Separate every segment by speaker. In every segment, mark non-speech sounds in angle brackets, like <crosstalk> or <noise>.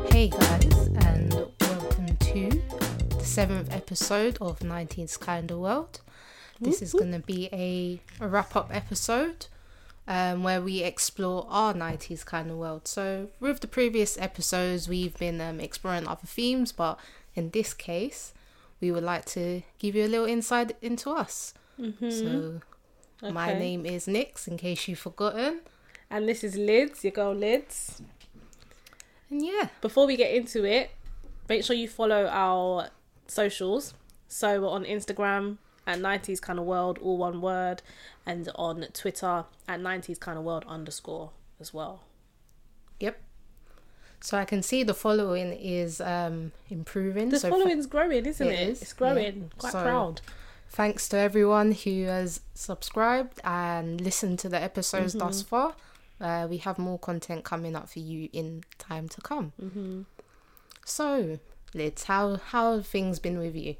Speaker 1: guys, and welcome to the seventh episode of 19's Calendar World. This is going to be a, a wrap up episode um, where we explore our 90s kind of world. So, with the previous episodes, we've been um, exploring other themes, but in this case, we would like to give you a little insight into us. So, my
Speaker 2: Okay.
Speaker 1: name is Nix, in case you've forgotten.
Speaker 2: And this is Lids, your girl Lids.
Speaker 1: And yeah,
Speaker 2: Before we get into it, make sure you follow our socials. So we're on Instagram at 90s kind of world, all one word, and on Twitter at 90s kind of world underscore as well.
Speaker 1: Yep. So I can see the following is um, improving.
Speaker 2: The
Speaker 1: so th-
Speaker 2: following's growing, isn't
Speaker 1: It
Speaker 2: it?
Speaker 1: is,
Speaker 2: It's growing.
Speaker 1: yeah.
Speaker 2: Quite
Speaker 1: So-
Speaker 2: proud.
Speaker 1: thanks to everyone who has subscribed and listened to the episodes thus far. Uh, we have more content coming up for you in time to come. Mm-hmm. So, Lids, how how have things been with you?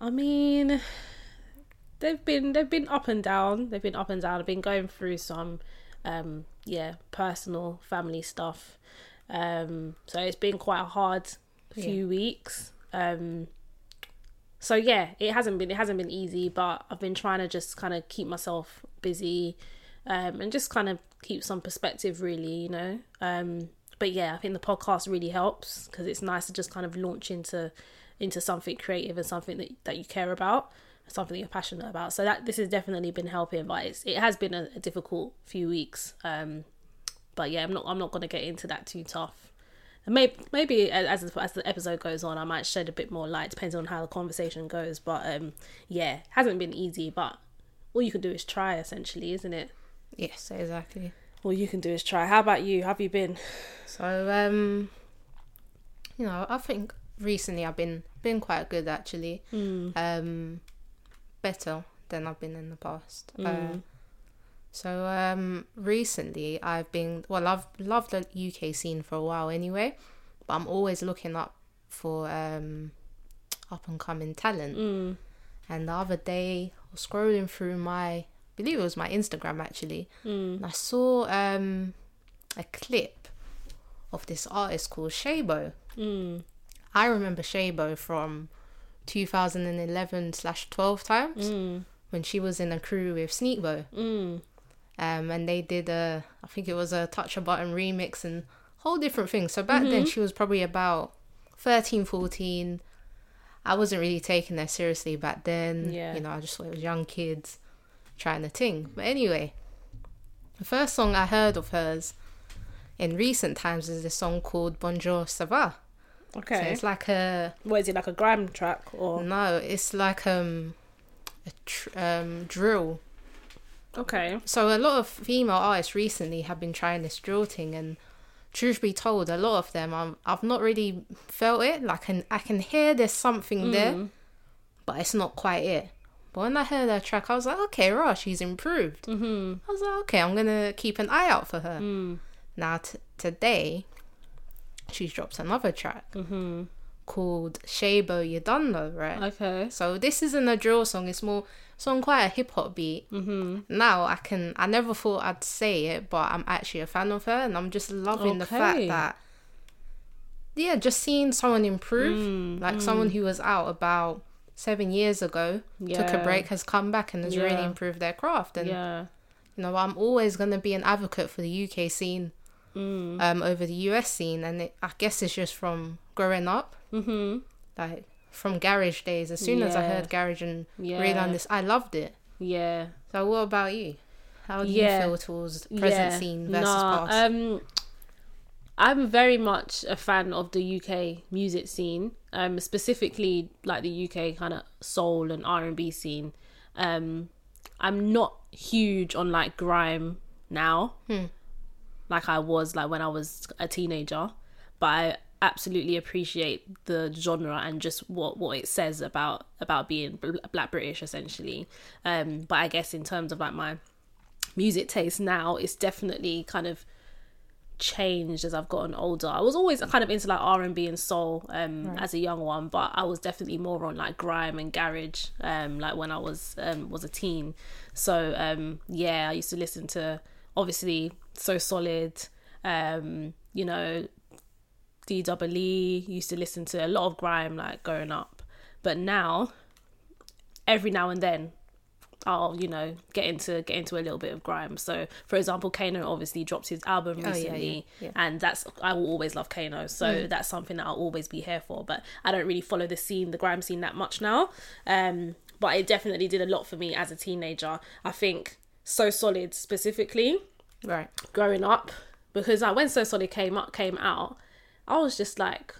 Speaker 2: I mean, they've been they've been up and down. They've been up and down. I've been going through some, um, yeah, personal family stuff. Um, so it's been quite a hard few weeks. Um, so yeah, it hasn't been it hasn't been easy, but I've been trying to just kind of keep myself busy, um, and just kind of keep some perspective, really, you know. Um, but yeah, I think the podcast really helps because it's nice to just kind of launch into into something creative and something that, that you care about, something that you're passionate about. So that this has definitely been helping, but it's, it has been a, a difficult few weeks. Um, but yeah, I'm not I'm not gonna get into that too tough. And maybe maybe a- as the, as the episode goes on, I might shed a bit more light, depending on how the conversation goes. But um, yeah, hasn't been easy, but all you can do is try, essentially, isn't it?
Speaker 1: Yes, exactly.
Speaker 2: All you can do is try. How about you? How have you been?
Speaker 1: So, um, you know, I think recently I've been been quite good actually. Um, better than I've been in the past. Uh, so um, recently I've been well, I've loved the UK scene for a while anyway, but I'm always looking up for um, up and coming talent.
Speaker 2: Mm,
Speaker 1: And the other day, I was scrolling through my, I believe it was my Instagram actually, and I saw um, a clip of this artist called Shabo.
Speaker 2: mm,
Speaker 1: I remember Shabo from 2011 slash 12 times when she was in a crew with Sneakbo.
Speaker 2: mm.
Speaker 1: Um, and they did a, I think it was a touch a button remix and whole different things. So back
Speaker 2: Mm-hmm.
Speaker 1: then she was probably about 13, 14. I wasn't really taking her seriously back then.
Speaker 2: Yeah.
Speaker 1: You know, I just thought it was young kids trying to ting. But anyway, the first song I heard of hers in recent times is this song called Bonjour Ça va. So
Speaker 2: Okay.
Speaker 1: it's like a
Speaker 2: what is it like a grime track or?
Speaker 1: no, it's like um a tr- um drill.
Speaker 2: Okay.
Speaker 1: So a lot of female artists recently have been trying this drill thing, and truth be told, a lot of them I'm, I've not really felt it. Like and I can hear there's something there, but it's not quite it. But when I heard her track, I was like, okay, rah, she's improved. Mm-hmm. I was like, okay, I'm gonna keep an eye out for her. Now t- today, she's dropped another track called Shabo You Done Though, right?
Speaker 2: Okay.
Speaker 1: So this isn't a drill song. It's more it's on quite a hip hop beat. Mm-hmm. Now I can. I never thought I'd say it, but I'm actually a fan of her, and I'm just loving the fact
Speaker 2: Okay.
Speaker 1: that yeah, just seeing someone
Speaker 2: Mm,
Speaker 1: improve, like someone who was out about seven years ago, took a
Speaker 2: Yeah.
Speaker 1: break, has come back, and has really
Speaker 2: Yeah.
Speaker 1: improved their craft. And
Speaker 2: Yeah.
Speaker 1: you know, I'm always going to be an advocate for the UK scene
Speaker 2: Mm.
Speaker 1: um, over the US scene, and it, I guess it's just from growing up,
Speaker 2: Mhm.
Speaker 1: like from garage days. As soon as I
Speaker 2: Yeah.
Speaker 1: heard garage and
Speaker 2: Yeah.
Speaker 1: realized this, I loved it.
Speaker 2: Yeah.
Speaker 1: So, what about you? How do
Speaker 2: Yeah.
Speaker 1: you feel towards present
Speaker 2: Yeah,
Speaker 1: scene versus
Speaker 2: nah,
Speaker 1: past?
Speaker 2: Um, I'm very much a fan of the UK music scene, um, specifically like the UK kind of soul and R and B scene. Um, I'm not huge on like grime now,
Speaker 1: Hmm.
Speaker 2: like I was like when I was a teenager, but I absolutely appreciate the genre and just what what it says about about being bl- black british essentially um but i guess in terms of like my music taste now it's definitely kind of changed as I've gotten older. I was always kind of into like R and B and soul um as a young one, but I was definitely more on like grime and garage um like when I was um was a teen. So um yeah, I used to listen to obviously So Solid, um, you know, D Double E. Used to listen to a lot of grime like growing up, but now every now and then I'll you know get into get into a little bit of grime. So for example, Kano obviously dropped his album
Speaker 1: Oh, yeah,
Speaker 2: recently,
Speaker 1: yeah, Mm. yeah.
Speaker 2: and that's I will always love Kano. So that's something that I'll always be here for. But I don't really follow the scene, the grime scene that much now. Um, but it definitely did a lot for me as a teenager. I think so solid specifically
Speaker 1: Right.
Speaker 2: growing up because like when So Solid came up came out, I was just like,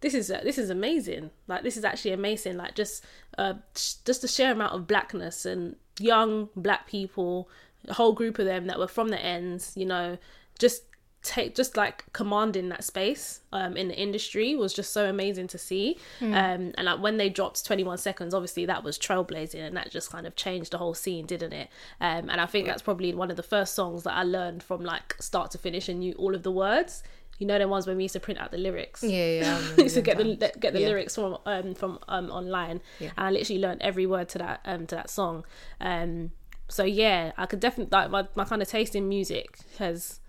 Speaker 2: this is uh, this is amazing. Like this is actually amazing. Like just uh sh- just the sheer amount of blackness and young black people, a whole group of them that were from the ends, you know, just take just like commanding that space um in the industry was just so amazing to see um and like when they dropped 21 seconds obviously that was trailblazing and that just kind of changed the whole scene didn't it um and i think that's probably one of the first songs that i learned from like start to finish and knew all of the words you know the ones when we used to print out the lyrics
Speaker 1: Yeah, yeah. I
Speaker 2: <laughs> I
Speaker 1: remember
Speaker 2: used to
Speaker 1: them
Speaker 2: get the
Speaker 1: times.
Speaker 2: li- get the
Speaker 1: Yeah.
Speaker 2: lyrics from um from um online, and I literally learned every word to that um to that song. Um, so yeah, I could definitely like my my kind of taste in music has,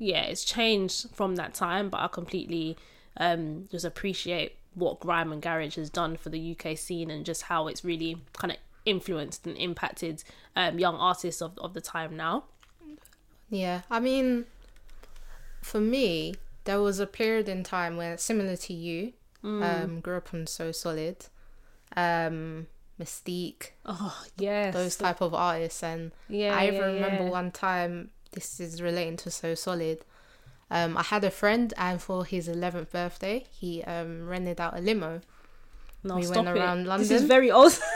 Speaker 2: yeah, it's changed from that time, but I completely um just appreciate what grime and garage has done for the UK scene and just how it's really kind of influenced and impacted um young artists of of the time now.
Speaker 1: Yeah, I mean, for me, there was a period in time where, similar to you,
Speaker 2: Mm.
Speaker 1: um, grew up on So Solid, um, Mystique,
Speaker 2: Oh yes,
Speaker 1: those type of artists, and
Speaker 2: yeah.
Speaker 1: I even
Speaker 2: yeah,
Speaker 1: remember
Speaker 2: yeah.
Speaker 1: one time. This is relating to So Solid. Um, I had a friend, and for his eleventh birthday, he um, rented out a limo.
Speaker 2: No,
Speaker 1: we went
Speaker 2: stop it.
Speaker 1: around
Speaker 2: This is
Speaker 1: London.
Speaker 2: very old. <laughs>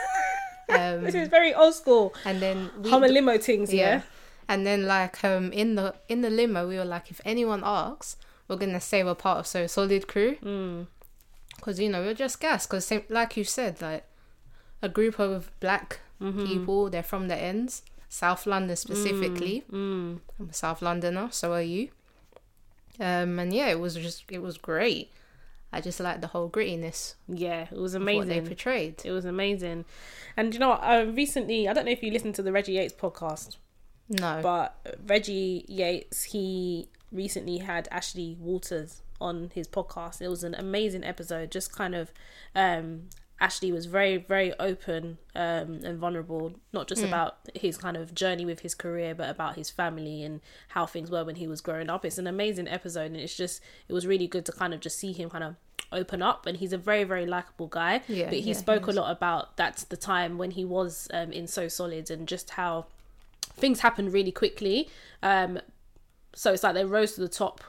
Speaker 1: Um,
Speaker 2: this is very old school.
Speaker 1: and then we
Speaker 2: Hummer limo things,
Speaker 1: yeah.
Speaker 2: yeah.
Speaker 1: And then like um in the in the limo we were like if anyone asks we're gonna say we're part of so solid crew
Speaker 2: Mm.
Speaker 1: because you know we're just gas because like you said like a group of black
Speaker 2: Mm-hmm.
Speaker 1: people they're from the ends South London specifically
Speaker 2: Mm,
Speaker 1: I'm a South Londoner so are you um and yeah it was just it was great I just like the whole grittiness
Speaker 2: Yeah, it was
Speaker 1: of what they
Speaker 2: amazing.
Speaker 1: portrayed
Speaker 2: It was amazing. And you know, what, uh, recently, I don't know if you listened to the Reggie Yates podcast,
Speaker 1: no
Speaker 2: but Reggie Yates, he recently had Ashley Walters on his podcast. It was an amazing episode, just kind of um Ashley was very, very open um, and vulnerable, not just about his kind of journey with his career, but about his family and how things were when he was growing up. It's an amazing episode, and it's just, it was really good to kind of just see him kind of open up. And he's a very, very likable guy.
Speaker 1: Yeah,
Speaker 2: but he
Speaker 1: yeah, he
Speaker 2: spoke a lot about that's the time when he was um, in So Solid and just how things happened really quickly. Um, so it's like they rose to the top.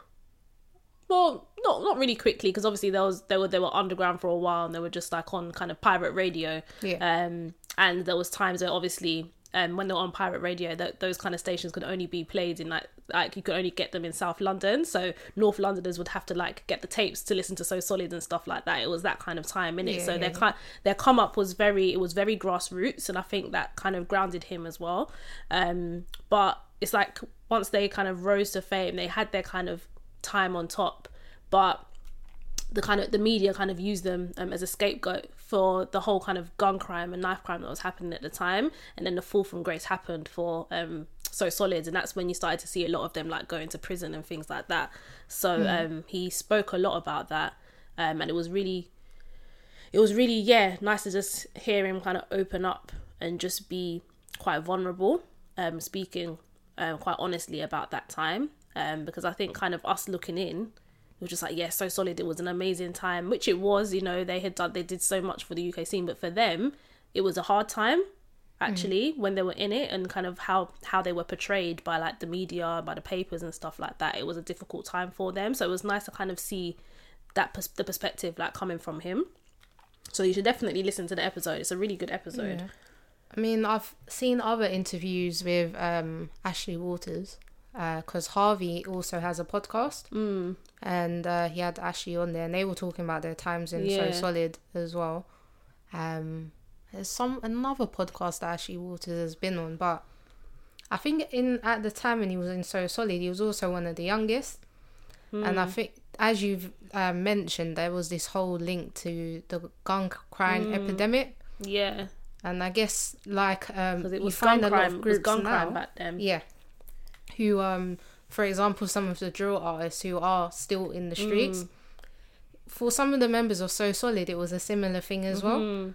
Speaker 2: Well, not not really quickly because obviously there was they were they were underground for a while and they were just like on kind of pirate radio.
Speaker 1: Yeah.
Speaker 2: Um, and there was times where obviously um when they were on pirate radio that those kind of stations could only be played in like like you could only get them in South London. So North Londoners would have to like get the tapes to listen to So Solid and stuff like that. It was that kind of time in it.
Speaker 1: Yeah,
Speaker 2: so
Speaker 1: yeah,
Speaker 2: their
Speaker 1: yeah.
Speaker 2: kind their come up was very it was very grassroots and I think that kind of grounded him as well. Um, but it's like once they kind of rose to fame, they had their kind of time on top, but the kind of the media kind of used them um, as a scapegoat for the whole kind of gun crime and knife crime that was happening at the time and then the fall from grace happened for um so solid and that's when you started to see a lot of them like going to prison and things like that so
Speaker 1: Hmm.
Speaker 2: um he spoke a lot about that um and it was really it was really yeah nice to just hear him kind of open up and just be quite vulnerable um speaking um quite honestly about that time um because i think kind of us looking in we were just like yeah so solid it was an amazing time which it was you know they had done they did so much for the uk scene but for them it was a hard time actually when they were in it and kind of how how they were portrayed by like the media by the papers and stuff like that it was a difficult time for them so it was nice to kind of see that pers- the perspective like coming from him so you should definitely listen to the episode. It's a really good episode.
Speaker 1: I mean, I've seen other interviews with um, Ashley Waters because Harvey also has a podcast, mm. and uh, he had Ashley on there, and they were talking about their times in
Speaker 2: Yeah.
Speaker 1: So Solid as well. Um, there's some another podcast that Ashley Waters has been on, but I think in at the time when he was in So Solid, he was also one of the youngest, and I think. As you've uh, mentioned, there was this whole link to the gun crime epidemic,
Speaker 2: Yeah,
Speaker 1: and I guess like um,
Speaker 2: because it
Speaker 1: you
Speaker 2: was
Speaker 1: find
Speaker 2: gun
Speaker 1: a lot of
Speaker 2: crime. it was
Speaker 1: groups
Speaker 2: gun
Speaker 1: now,
Speaker 2: crime back then.
Speaker 1: yeah, who um for example, some of the drill artists who are still in the streets.
Speaker 2: Mm.
Speaker 1: For some of the members of So Solid, it was a similar thing as
Speaker 2: Mm-hmm.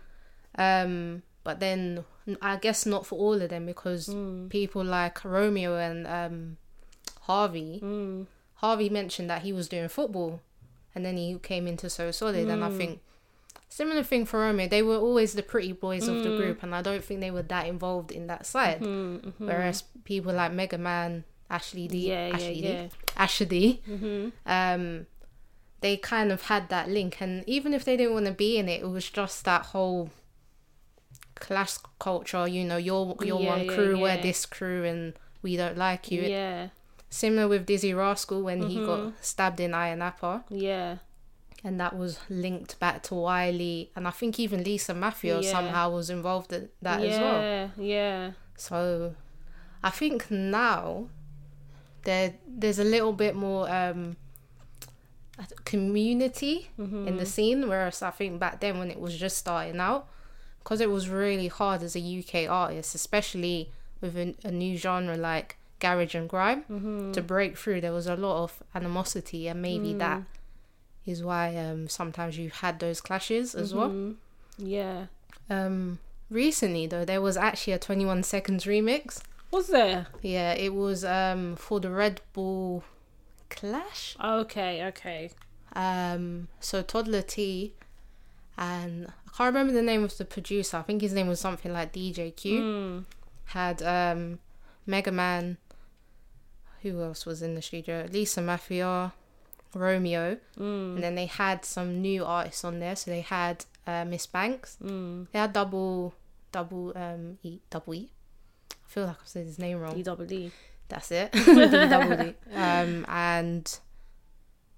Speaker 1: well. Um, but then n- I guess not for all of them because
Speaker 2: Mm.
Speaker 1: people like Romeo and um, Harvey,
Speaker 2: Mm.
Speaker 1: Harvey mentioned that he was doing football and then he came into So Solid. And
Speaker 2: Mm.
Speaker 1: I think similar thing for Romeo, they were always the pretty boys of
Speaker 2: Mm.
Speaker 1: the group, and I don't think they were that involved in that side. Whereas people like Mega Man, Ashley D,
Speaker 2: Mm-hmm, Yeah, yeah,
Speaker 1: Ashley D,
Speaker 2: yeah. Mm-hmm.
Speaker 1: Asher D, um, they kind of had that link. And even if they didn't want to be in it, it was just that whole clash culture. You know, you're you're
Speaker 2: Yeah,
Speaker 1: one
Speaker 2: yeah,
Speaker 1: crew, we're
Speaker 2: yeah.
Speaker 1: this crew, and we don't like you.
Speaker 2: Yeah,
Speaker 1: Similar with Dizzy Rascal when he
Speaker 2: Mm-hmm.
Speaker 1: got stabbed in Ayanapa,
Speaker 2: yeah,
Speaker 1: and that was linked back to Wiley, and I think even Lisa Mafia
Speaker 2: Yeah.
Speaker 1: somehow was involved in that as well.
Speaker 2: yeah, yeah.
Speaker 1: So I think now there there's a little bit more um I th- community in the scene whereas I think back then when it was just starting out because it was really hard as a UK artist especially with a, a new genre like garage and grime to break through there was a lot of animosity and maybe that is why um sometimes you had those clashes as well
Speaker 2: yeah.
Speaker 1: um recently though there was actually a 21 seconds remix
Speaker 2: Was there?
Speaker 1: yeah, it was um for the Red Bull clash.
Speaker 2: Oh, Okay, okay.
Speaker 1: Um so Toddler T and I can't remember the name of the producer. I think his name was something like DJ Q. Had um Mega Man who else was in the studio? Lisa Mafia, Romeo. And then they had some new artists on there. So they had uh, Miss Banks.
Speaker 2: Hmm.
Speaker 1: They had double double um E double E. I feel like I've said his name wrong.
Speaker 2: E double D.
Speaker 1: That's it. <laughs> DWD. um, and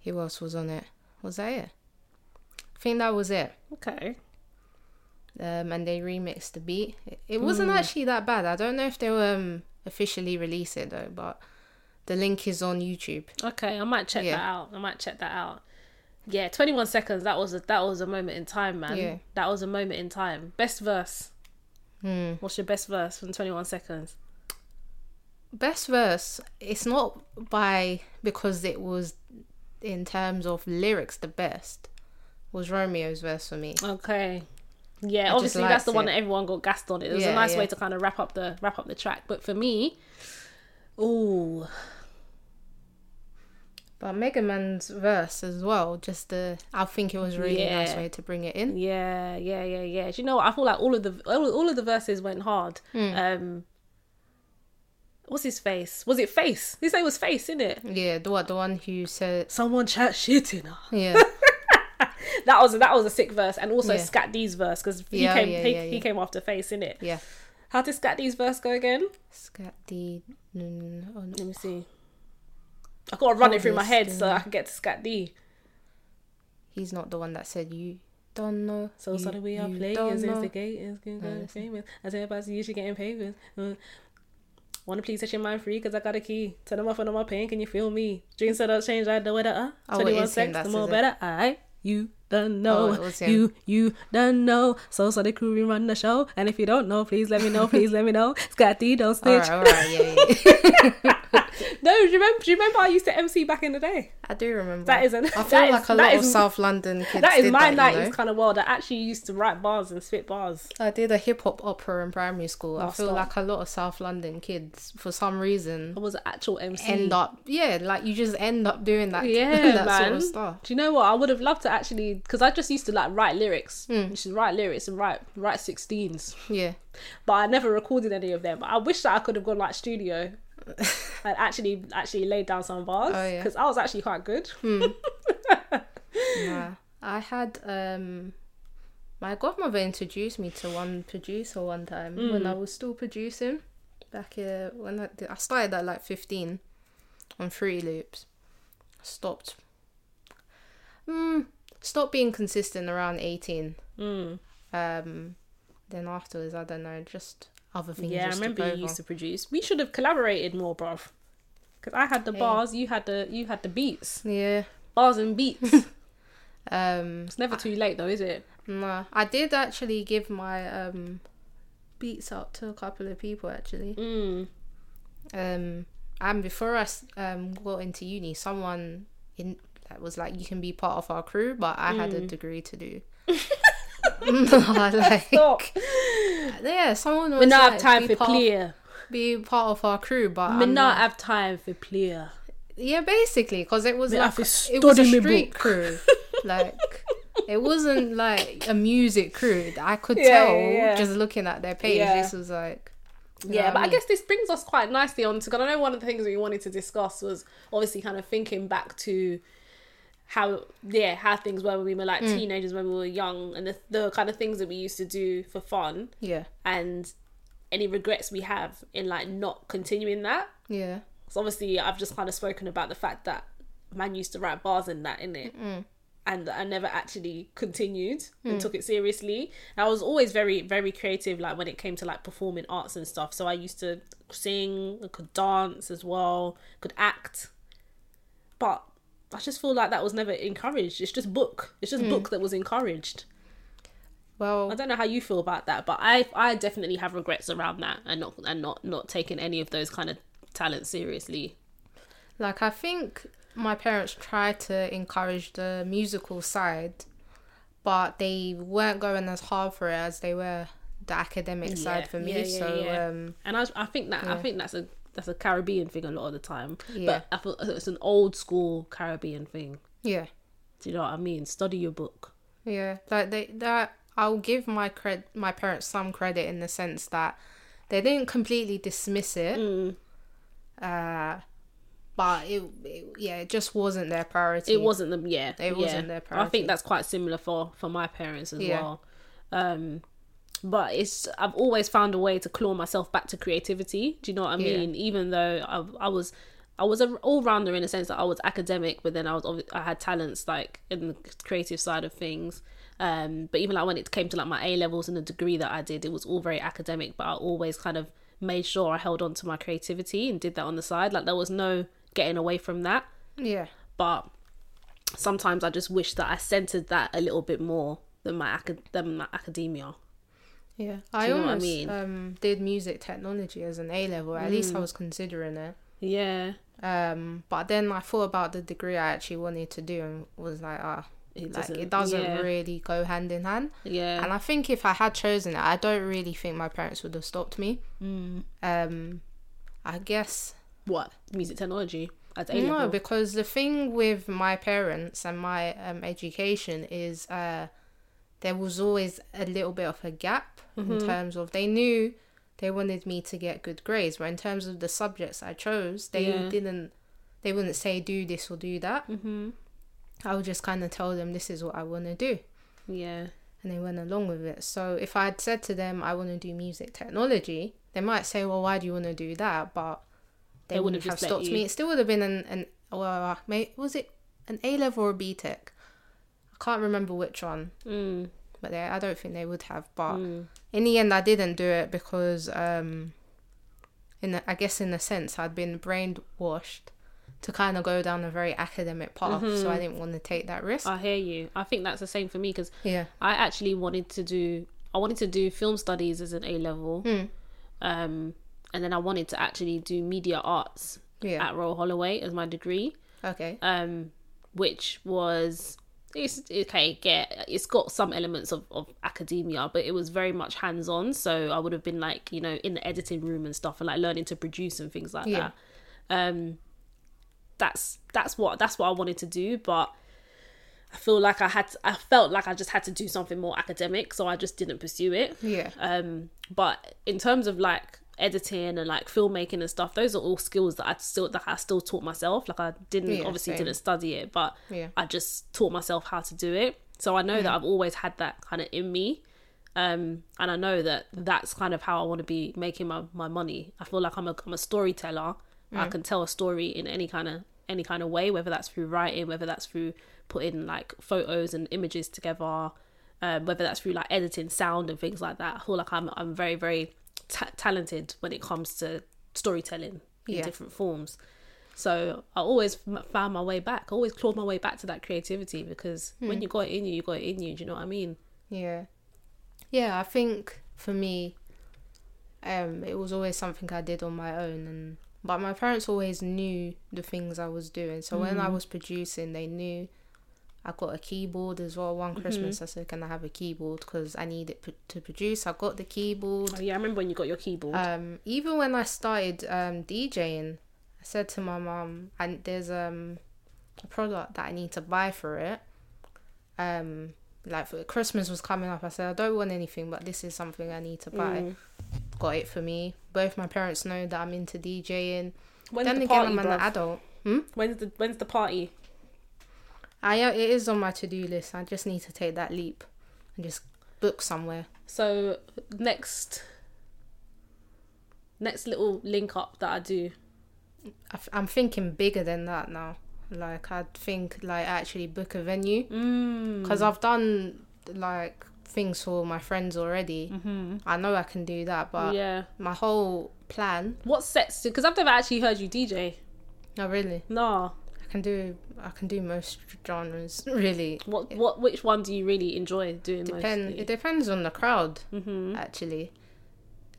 Speaker 1: who else was on it? Was that it? I think that was it.
Speaker 2: Okay.
Speaker 1: Um, and they remixed the beat. It, it wasn't actually that bad. I don't know if they'll um, officially release it though, but the link is on YouTube.
Speaker 2: Okay, I might check
Speaker 1: Yeah.
Speaker 2: that out. I might check that out. Yeah, twenty one seconds. That was a that was a moment in time, man.
Speaker 1: Yeah.
Speaker 2: That was a moment in time. Best verse.
Speaker 1: Hmm.
Speaker 2: What's your best verse from twenty one seconds?
Speaker 1: Best verse. It's not by because it was in terms of lyrics the best was Romeo's verse for me.
Speaker 2: Okay. Yeah,
Speaker 1: just
Speaker 2: obviously that's
Speaker 1: liked
Speaker 2: the one
Speaker 1: it.
Speaker 2: that everyone got gassed on. It was a
Speaker 1: Yeah,
Speaker 2: nice
Speaker 1: yeah.
Speaker 2: way to kind of wrap up the wrap up the track. But for me, ooh,
Speaker 1: But Mega Man's verse as well. Just the I think it was a really nice
Speaker 2: Yeah.
Speaker 1: way to bring it in.
Speaker 2: yeah, yeah, yeah, yeah. Do you know what? I feel like all of the all, all of the verses went hard.
Speaker 1: Hmm.
Speaker 2: Um, what's his face? Was it face? His name was face, isn't it?
Speaker 1: Yeah, the what the one who said
Speaker 2: Someone chat shit in her. <laughs>
Speaker 1: yeah
Speaker 2: That was that was a sick verse, and also
Speaker 1: Yeah.
Speaker 2: Scat D's verse because he
Speaker 1: Yeah,
Speaker 2: came
Speaker 1: yeah,
Speaker 2: he,
Speaker 1: yeah,
Speaker 2: he
Speaker 1: yeah.
Speaker 2: came after face, in it.
Speaker 1: yeah
Speaker 2: How did Scat D's verse go again?
Speaker 1: scat the mm, oh, no.
Speaker 2: Let me see. I gotta run it through my
Speaker 1: Homeless,
Speaker 2: head so I can get to Scat D.
Speaker 1: he's not the one that said you don't know
Speaker 2: So
Speaker 1: you,
Speaker 2: sorry we are
Speaker 1: you
Speaker 2: players,
Speaker 1: don't know."
Speaker 2: instigators, good God, famous. I said about you, she getting papers. Uh, Wanna please set your mind free, cause I got a key. Turn them off and on my pain, can you feel me? Dreams that don't change, I know what I
Speaker 1: Oh,
Speaker 2: uh.
Speaker 1: it
Speaker 2: 21
Speaker 1: is him,
Speaker 2: sex,
Speaker 1: that
Speaker 2: the more
Speaker 1: says it.
Speaker 2: better I, you done
Speaker 1: Oh,
Speaker 2: know.
Speaker 1: it was him.
Speaker 2: you, you done know. So sorry crew, we run the show. And if you don't know, please let me know, please let
Speaker 1: <laughs>
Speaker 2: me know. Scotty, don't
Speaker 1: all
Speaker 2: snitch.
Speaker 1: right all right yeah,
Speaker 2: <laughs>
Speaker 1: yeah, yeah.
Speaker 2: No, do you remember, do you remember I used to MC back in the day?
Speaker 1: I do remember
Speaker 2: That is an-
Speaker 1: I feel
Speaker 2: that
Speaker 1: like
Speaker 2: is-
Speaker 1: a
Speaker 2: that
Speaker 1: lot of
Speaker 2: is-
Speaker 1: South London kids
Speaker 2: That is
Speaker 1: did
Speaker 2: my
Speaker 1: that,
Speaker 2: 90s
Speaker 1: you know?
Speaker 2: kind of world. I actually used to write bars and spit bars.
Speaker 1: I did a hip hop opera in primary school I
Speaker 2: Oh,
Speaker 1: feel
Speaker 2: stop.
Speaker 1: like a lot of South London kids for some reason
Speaker 2: I was an actual MC.
Speaker 1: end up yeah like you just end up doing that <laughs>
Speaker 2: yeah,
Speaker 1: that
Speaker 2: man.
Speaker 1: sort of stuff
Speaker 2: Do you know what? I would have loved to actually, because I just used to like write lyrics,
Speaker 1: Hmm.
Speaker 2: used to write lyrics and write write sixteens,
Speaker 1: yeah
Speaker 2: but I never recorded any of them. I wish that I could have gone like studio
Speaker 1: <laughs>
Speaker 2: and actually actually laid down some bars
Speaker 1: Oh, yeah. Hmm.
Speaker 2: because I was actually quite good.
Speaker 1: Yeah. I had um my godmother introduced me to one producer one time
Speaker 2: Mm.
Speaker 1: when I was still producing back uh, when I, did- I started at like 15 on three loops stopped mm, stopped being consistent around 18
Speaker 2: Mm.
Speaker 1: um then afterwards I don't know just other things
Speaker 2: Yeah, I
Speaker 1: just
Speaker 2: remember
Speaker 1: took
Speaker 2: you
Speaker 1: over.
Speaker 2: used to produce. We should have collaborated more, bruv. Because I had the bars, you had the you had the beats,
Speaker 1: yeah
Speaker 2: bars and beats.
Speaker 1: <laughs>
Speaker 2: it's
Speaker 1: um
Speaker 2: never too late though, is it?
Speaker 1: No, I did actually give my um beats out to a couple of people actually.
Speaker 2: Mm.
Speaker 1: Um And before I s- um, got into uni, someone in that was like, "You can be part of our crew," but I had
Speaker 2: Mm.
Speaker 1: a degree to
Speaker 2: <laughs>
Speaker 1: do. <laughs> like,
Speaker 2: Stop.
Speaker 1: yeah, someone was
Speaker 2: We not
Speaker 1: like,
Speaker 2: have time
Speaker 1: be
Speaker 2: for
Speaker 1: part of-
Speaker 2: player.
Speaker 1: be part of our crew, but
Speaker 2: We
Speaker 1: I'm
Speaker 2: not have time for player.
Speaker 1: Yeah, basically, because it was
Speaker 2: Me
Speaker 1: like
Speaker 2: have to
Speaker 1: it was a
Speaker 2: study me
Speaker 1: street
Speaker 2: book.
Speaker 1: crew. Like it wasn't like a music crew. that I could
Speaker 2: Yeah,
Speaker 1: tell
Speaker 2: yeah, yeah.
Speaker 1: just looking at their page.
Speaker 2: Yeah.
Speaker 1: This was like you know
Speaker 2: Yeah,
Speaker 1: what
Speaker 2: but I
Speaker 1: mean?
Speaker 2: guess this brings us quite nicely on to because I know one of the things we wanted to discuss was obviously kind of thinking back to how yeah how things were when we were like
Speaker 1: Mm.
Speaker 2: teenagers when we were young and the, the kind of things that we used to do for fun
Speaker 1: yeah,
Speaker 2: and any regrets we have in like not continuing that
Speaker 1: yeah,
Speaker 2: because obviously I've just kind of spoken about the fact that man used to write bars and that in it, and I never actually continued and took it seriously. And I was always very very creative, like when it came to like performing arts and stuff. So I used to sing, I could dance as well, could act, but I just feel like that was never encouraged. It's just book. It's just book that was encouraged. I
Speaker 1: Well,
Speaker 2: don't know how you feel about that, but I I definitely have regrets around that and not and not not taking any of those kind of talents seriously.
Speaker 1: like I think my parents tried to encourage the musical side, but they weren't going as hard for it as they were the academic side for me.
Speaker 2: yeah, yeah,
Speaker 1: so
Speaker 2: yeah.
Speaker 1: um,
Speaker 2: and I, I think that I think that's a that's a Caribbean thing a lot of the time.
Speaker 1: Yeah.
Speaker 2: But I feel it's an old school Caribbean thing.
Speaker 1: yeah.
Speaker 2: Do you know what I mean? Study your book.
Speaker 1: Yeah, like they that I'll give my cred my parents some credit in the sense that they didn't completely dismiss it.
Speaker 2: Mm.
Speaker 1: Uh, but it, it yeah, it just wasn't their priority.
Speaker 2: It wasn't the yeah. yeah.
Speaker 1: wasn't their
Speaker 2: I
Speaker 1: priority.
Speaker 2: think that's quite similar for for my parents as
Speaker 1: Yeah.
Speaker 2: well. Um but it's I've always found a way to claw myself back to creativity. Do you know what I
Speaker 1: Yeah.
Speaker 2: mean? Even though I, I was I was an all rounder in a sense that I was academic, but then I was obvi- I had talents like in the creative side of things. Um, but even like when it came to like my A levels and the degree that I did, it was all very academic. But I always kind of made sure I held on to my creativity and did that on the side. Like there was no getting away from that
Speaker 1: Yeah,
Speaker 2: but sometimes I just wish that I centered that a little bit more than my acad- than my academia.
Speaker 1: yeah. I
Speaker 2: you know
Speaker 1: almost
Speaker 2: what I mean? Mm.
Speaker 1: um did music technology as an A level. At least I was considering it.
Speaker 2: Yeah,
Speaker 1: Um, but then I thought about the degree I actually wanted to do and was like, ah,
Speaker 2: It
Speaker 1: like
Speaker 2: doesn't-
Speaker 1: it doesn't
Speaker 2: yeah.
Speaker 1: really go hand in hand.
Speaker 2: yeah,
Speaker 1: And I think if I had chosen it, I don't really think my parents would have stopped me. Um, I guess
Speaker 2: what music technology at A
Speaker 1: no,
Speaker 2: level?
Speaker 1: because the thing with my parents and my um, education is uh, there was always a little bit of a gap in terms of they knew they wanted me to get good grades, but in terms of the subjects I chose, they
Speaker 2: Yeah.
Speaker 1: didn't. They wouldn't say do this or do that. Mm-hmm. I would just kind of tell them this is what I want to do
Speaker 2: Yeah,
Speaker 1: and they went along with it. So if I had said to them, I want to do music technology, they might say, well, why do you want to do that? But they,
Speaker 2: They
Speaker 1: wouldn't
Speaker 2: would've
Speaker 1: have
Speaker 2: just let
Speaker 1: stopped
Speaker 2: you.
Speaker 1: me. It still would have been an, an well, uh, may, was it an A level or a B Tech? I can't remember which one,
Speaker 2: mm.
Speaker 1: but they, I don't think they would have. But
Speaker 2: Hmm.
Speaker 1: in the end, I didn't do it because, um, in a, I guess, in a sense, I'd been brainwashed to kind of go down a very academic path, so I didn't want to take that risk.
Speaker 2: Mm-hmm. I hear you. I think that's the same for me because
Speaker 1: yeah,
Speaker 2: I actually wanted to do I wanted to do film studies as an A level,
Speaker 1: Hmm.
Speaker 2: um, and then I wanted to actually do media arts
Speaker 1: yeah,
Speaker 2: at Royal Holloway as my degree.
Speaker 1: okay,
Speaker 2: um, which was it's okay. Yeah, it's got some elements of, of academia, but it was very much hands on. So I would have been like you know in the editing room and stuff, and like learning to produce and things like
Speaker 1: Yeah.
Speaker 2: that. Um, that's that's what that's what I wanted to do, but I feel like I had to, I felt like I just had to do something more academic, so I just didn't pursue it
Speaker 1: yeah,
Speaker 2: um but in terms of like editing and like filmmaking and stuff those are all skills that i still that i still taught myself like i didn't
Speaker 1: Yeah,
Speaker 2: obviously
Speaker 1: same.
Speaker 2: didn't study it but
Speaker 1: Yeah.
Speaker 2: i just taught myself how to do it so i know that i've always had that kind of in me um and i know that that's kind of how i want to be making my, my money i feel like i'm a, I'm a storyteller i can tell a story in any kind of any kind of way whether that's through writing whether that's through putting like photos and images together um, whether that's through like editing sound and things like that. I feel like I'm I'm very very ta- talented when it comes to storytelling in
Speaker 1: Yeah.
Speaker 2: different forms. So I always m- found my way back. I always clawed my way back to that creativity because when you got it in you, you got it in you. Do you know what I mean?
Speaker 1: Yeah. Yeah, I think for me, um, it was always something I did on my own and But my parents always knew the things I was doing. So when I was producing, they knew I got a keyboard as well. One Christmas, I said, "Can I have a keyboard? Because I need it p- to produce." I got the keyboard.
Speaker 2: Oh, yeah, I remember when you got your keyboard.
Speaker 1: Um, even when I started um, DJing, I said to my mum, "And there's um, a product that I need to buy for it." Um, like for Christmas was coming up, I said, "I don't want anything, but this is something I need to buy."
Speaker 2: Mm.
Speaker 1: Got it for me. Both my parents know that I'm into DJing.
Speaker 2: when's
Speaker 1: then
Speaker 2: the
Speaker 1: again,
Speaker 2: party,
Speaker 1: I'm an
Speaker 2: bruv?
Speaker 1: adult. Hmm?
Speaker 2: When's the when's the party?
Speaker 1: I uh, it is on my to do list. I just need to take that leap and just book somewhere.
Speaker 2: So next next little link up that I do.
Speaker 1: I f- I'm thinking bigger than that now. Like I'd think like actually book a venue
Speaker 2: Mm.
Speaker 1: because I've done like things for my friends already. Mm-hmm. I know I can do that, but
Speaker 2: Yeah.
Speaker 1: my whole plan.
Speaker 2: What sets? Because I've never actually heard you DJ.
Speaker 1: No, really,
Speaker 2: Nah.
Speaker 1: I can do. I can do most genres. <laughs> Really,
Speaker 2: What what? Which one do you really enjoy doing?
Speaker 1: Depend,
Speaker 2: mostly?
Speaker 1: it depends on the crowd
Speaker 2: Mhm.
Speaker 1: actually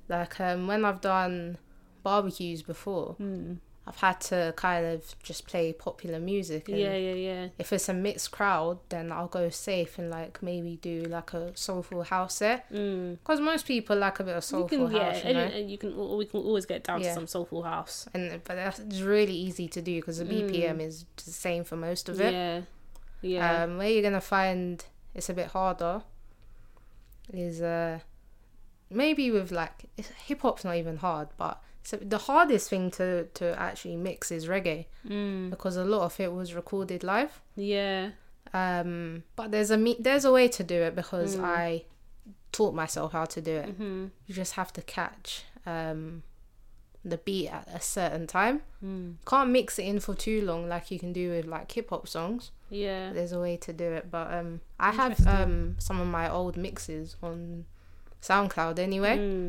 Speaker 1: like um when i've done barbecues before
Speaker 2: Mm.
Speaker 1: i've had to kind of just play popular music and
Speaker 2: Yeah, yeah, yeah.
Speaker 1: if it's a mixed crowd then i'll go safe and like maybe do like a soulful house set
Speaker 2: Mm.
Speaker 1: because most people like a bit of
Speaker 2: You
Speaker 1: soulful
Speaker 2: can, yeah,
Speaker 1: house you
Speaker 2: and,
Speaker 1: know
Speaker 2: and you can. al- We can always get down
Speaker 1: Yeah.
Speaker 2: to some soulful house.
Speaker 1: and but that's it's really easy to do because the
Speaker 2: Mm.
Speaker 1: bpm is the same for most of it
Speaker 2: Yeah, yeah.
Speaker 1: um where you're gonna find it's a bit harder is uh maybe with like hip hop's not even hard, but so the hardest thing to to actually mix is reggae
Speaker 2: mm.
Speaker 1: because a lot of it was recorded live.
Speaker 2: Yeah.
Speaker 1: Um, but there's a me- there's a way to do it because I taught myself how to do it.
Speaker 2: Mm. Mm-hmm.
Speaker 1: You just have to catch um the beat at a certain time.
Speaker 2: Hmm.
Speaker 1: Can't mix it in for too long like you can do with like hip hop songs
Speaker 2: Yeah.
Speaker 1: there's a way to do it but um i have um some of my old mixes on soundcloud anyway
Speaker 2: Mm.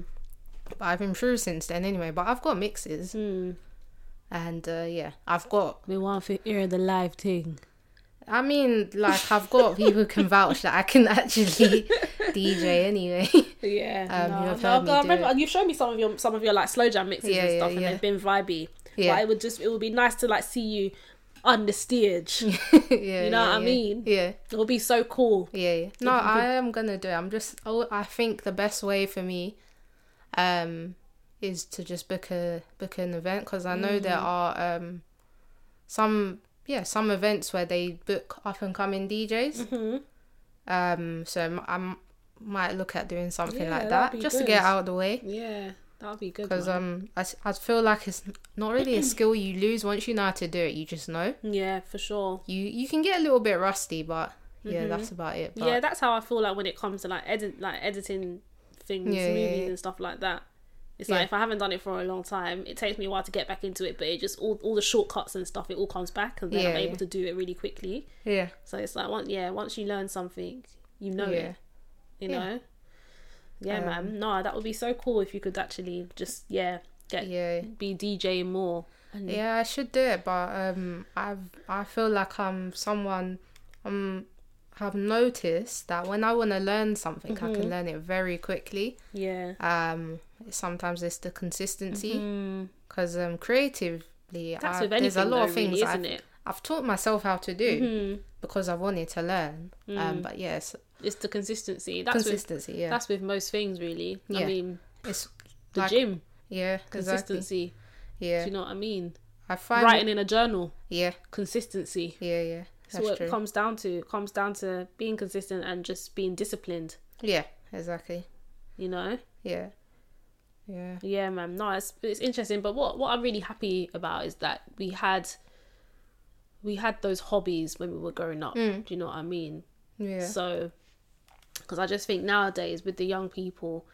Speaker 1: but i've improved since then anyway but i've got mixes
Speaker 2: Mm.
Speaker 1: and uh, yeah i've got
Speaker 2: We want to hear the live thing.
Speaker 1: i mean like i've got people who can vouch that i can <laughs>
Speaker 2: <laughs>
Speaker 1: actually dj anyway <laughs>
Speaker 2: Yeah,
Speaker 1: Um, you
Speaker 2: no,
Speaker 1: have
Speaker 2: no,
Speaker 1: heard me
Speaker 2: I
Speaker 1: do
Speaker 2: remember
Speaker 1: it.
Speaker 2: you've shown me some of your some of your like slow jam mixes
Speaker 1: Yeah,
Speaker 2: and
Speaker 1: yeah,
Speaker 2: stuff, and
Speaker 1: yeah.
Speaker 2: they've been vibey.
Speaker 1: Yeah.
Speaker 2: But it would just it would be nice to like see you on the stage.
Speaker 1: yeah
Speaker 2: You know
Speaker 1: <laughs> yeah,
Speaker 2: what I
Speaker 1: yeah.
Speaker 2: mean?
Speaker 1: yeah
Speaker 2: It would be so cool.
Speaker 1: Yeah, yeah. No, I am gonna do it. I'm just. Oh, I think the best way for me, um, is to just book a book an event because I know
Speaker 2: Mm.
Speaker 1: there are um, some yeah some events where they book up and coming DJs.
Speaker 2: Mm-hmm.
Speaker 1: Um, so I'm, I'm might look at doing something
Speaker 2: Yeah,
Speaker 1: like
Speaker 2: that'd
Speaker 1: that
Speaker 2: be
Speaker 1: just to
Speaker 2: good.
Speaker 1: get out of the way
Speaker 2: Yeah, that would be good.
Speaker 1: because
Speaker 2: man.
Speaker 1: um I, s- I feel like it's not really
Speaker 2: <clears throat>
Speaker 1: a skill you lose once you know how to do it. You just know
Speaker 2: yeah, for sure.
Speaker 1: you you can get a little bit rusty, but yeah, that's about it. But,
Speaker 2: Mm-hmm. yeah, that's how I feel like when it comes to like edit like editing things,
Speaker 1: Yeah, yeah,
Speaker 2: movies
Speaker 1: yeah.
Speaker 2: and stuff like that. It's
Speaker 1: Yeah.
Speaker 2: like if I haven't done it for a long time, it takes me a while to get back into it, but it just all all the shortcuts and stuff, it all comes back, and then
Speaker 1: Yeah,
Speaker 2: I'm able
Speaker 1: yeah.
Speaker 2: to do it really quickly.
Speaker 1: yeah,
Speaker 2: So it's like once yeah, once you learn something, you know
Speaker 1: yeah. Um,
Speaker 2: it. You
Speaker 1: Yeah.
Speaker 2: know? Yeah, man. No, that would be so cool if you could actually just yeah, get
Speaker 1: Yeah.
Speaker 2: be DJing more. And
Speaker 1: Yeah, I should do it, but um, I've I feel like I'm someone um have noticed that when I want to learn something, I
Speaker 2: Mm-hmm.
Speaker 1: can learn it very quickly.
Speaker 2: yeah.
Speaker 1: Um, sometimes it's the consistency because um creatively,
Speaker 2: Mm-hmm. That's
Speaker 1: I,
Speaker 2: with anything
Speaker 1: there's a lot
Speaker 2: though,
Speaker 1: of things
Speaker 2: really,
Speaker 1: I've,
Speaker 2: isn't it? Mm-hmm.
Speaker 1: I've taught myself how to do because I wanted to learn. Um, but yes,
Speaker 2: It's the consistency. That's Mm. with
Speaker 1: consistency. Yeah,
Speaker 2: that's with most things really. I
Speaker 1: Yeah.
Speaker 2: mean
Speaker 1: it's
Speaker 2: the
Speaker 1: like,
Speaker 2: gym.
Speaker 1: yeah, exactly.
Speaker 2: Consistency.
Speaker 1: Yeah,
Speaker 2: Do you know what I mean?
Speaker 1: I find
Speaker 2: Writing in a journal.
Speaker 1: yeah,
Speaker 2: Consistency.
Speaker 1: yeah, yeah.
Speaker 2: That's
Speaker 1: That's
Speaker 2: what
Speaker 1: true.
Speaker 2: it comes down to. It comes down to being consistent and just being disciplined,
Speaker 1: yeah, exactly.
Speaker 2: you know?
Speaker 1: Yeah, yeah.
Speaker 2: Yeah, man. No, it's, it's interesting. But what what I'm really happy about is that we had we had those hobbies when we were growing up.
Speaker 1: Mm.
Speaker 2: Do you know what I mean?
Speaker 1: Yeah.
Speaker 2: So, because I just think nowadays with the young people,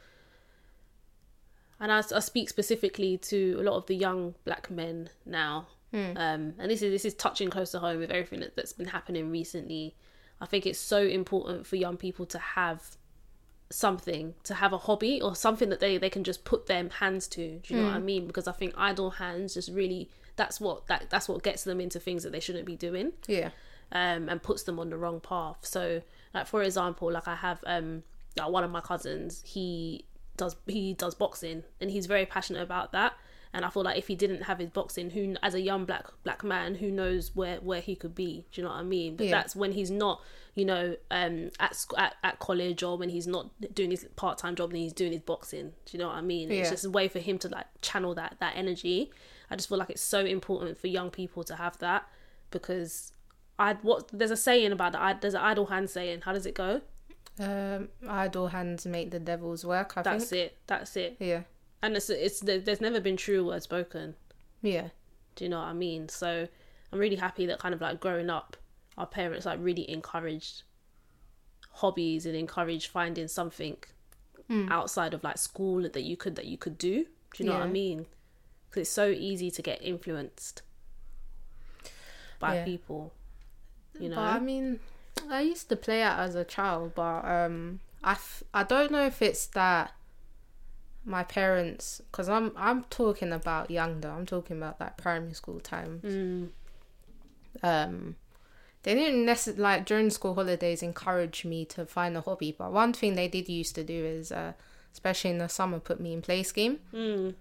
Speaker 2: and I, I speak specifically to a lot of the young black men now, um, and this is this is touching close to home with everything that, that's been happening recently. I think it's so important for young people to have something to have a hobby or something that they they can just put their hands to do you know what i mean because i think idle hands just really that's what that that's what gets them into things that they shouldn't be doing
Speaker 1: Yeah.
Speaker 2: um, and puts them on the wrong path. So, like for example, like I have um, like one of my cousins, he does he does boxing and he's very passionate about that. And I feel like if he didn't have his boxing, who as a young black black man, who knows where where he could be? Do you know what I mean? But
Speaker 1: Yeah.
Speaker 2: that's when he's not, you know, um, at, sc- at at college or when he's not doing his part time job and he's doing his boxing. Do you know what I mean? It's
Speaker 1: Yeah.
Speaker 2: just a way for him to like channel that that energy. I just feel like it's so important for young people to have that because I what there's a saying about that. I, there's an idle hand saying. How does it go?
Speaker 1: Um, idle hands make the devil's work. I
Speaker 2: That's
Speaker 1: think.
Speaker 2: it. That's it.
Speaker 1: Yeah,
Speaker 2: And it's it's there- there's never been true words spoken.
Speaker 1: yeah,
Speaker 2: Do you know what I mean? So I'm really happy that kind of like growing up, our parents like really encouraged hobbies and encouraged finding something
Speaker 1: Mm.
Speaker 2: outside of like school that you could that you could do. Do you know what I
Speaker 1: Yeah.
Speaker 2: mean? Because it's so easy to get influenced by
Speaker 1: Yeah.
Speaker 2: people. You know,
Speaker 1: But I mean, I used to play it as a child, but um, I f- I don't know if it's that my parents, because I'm I'm talking about younger. I'm talking about like primary school times.
Speaker 2: Mm.
Speaker 1: Um, they didn't necessarily like during school holidays encourage me to find a hobby. But one thing they did used to do is, uh, especially in the summer, put me in play scheme.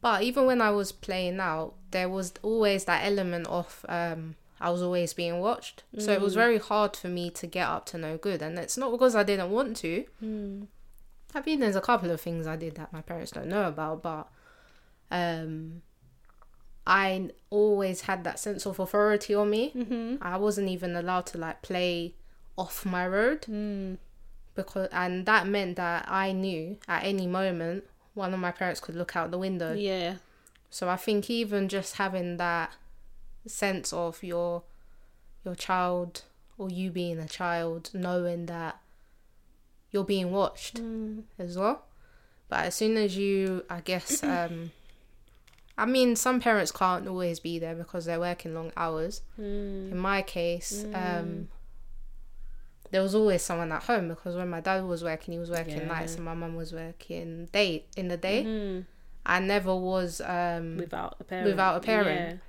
Speaker 1: But even when I was playing out, there was always that element of um, I was always being watched. So it was very hard for me to get up to no good. And it's not because I didn't want to. I mean, there's a couple of things I did that my parents don't know about, but um, I always had that sense of authority on me. Mm-hmm. I wasn't even allowed to like play off my road Mm. because, and that meant that I knew at any moment one of my parents could look out the window.
Speaker 2: yeah,
Speaker 1: So I think even just having that sense of your your child or you being a child, knowing that you're being watched as well. But as soon as you, I guess, um, I mean, some parents can't always be there because they're working long hours. In my case, um, there was always someone at home because when my dad was working, he was working
Speaker 2: Yeah. Mm-hmm.
Speaker 1: nights, and my mum was working day in the day.
Speaker 2: Mm.
Speaker 1: I never was um,
Speaker 2: without a parent.
Speaker 1: Without a
Speaker 2: Yeah.
Speaker 1: parent.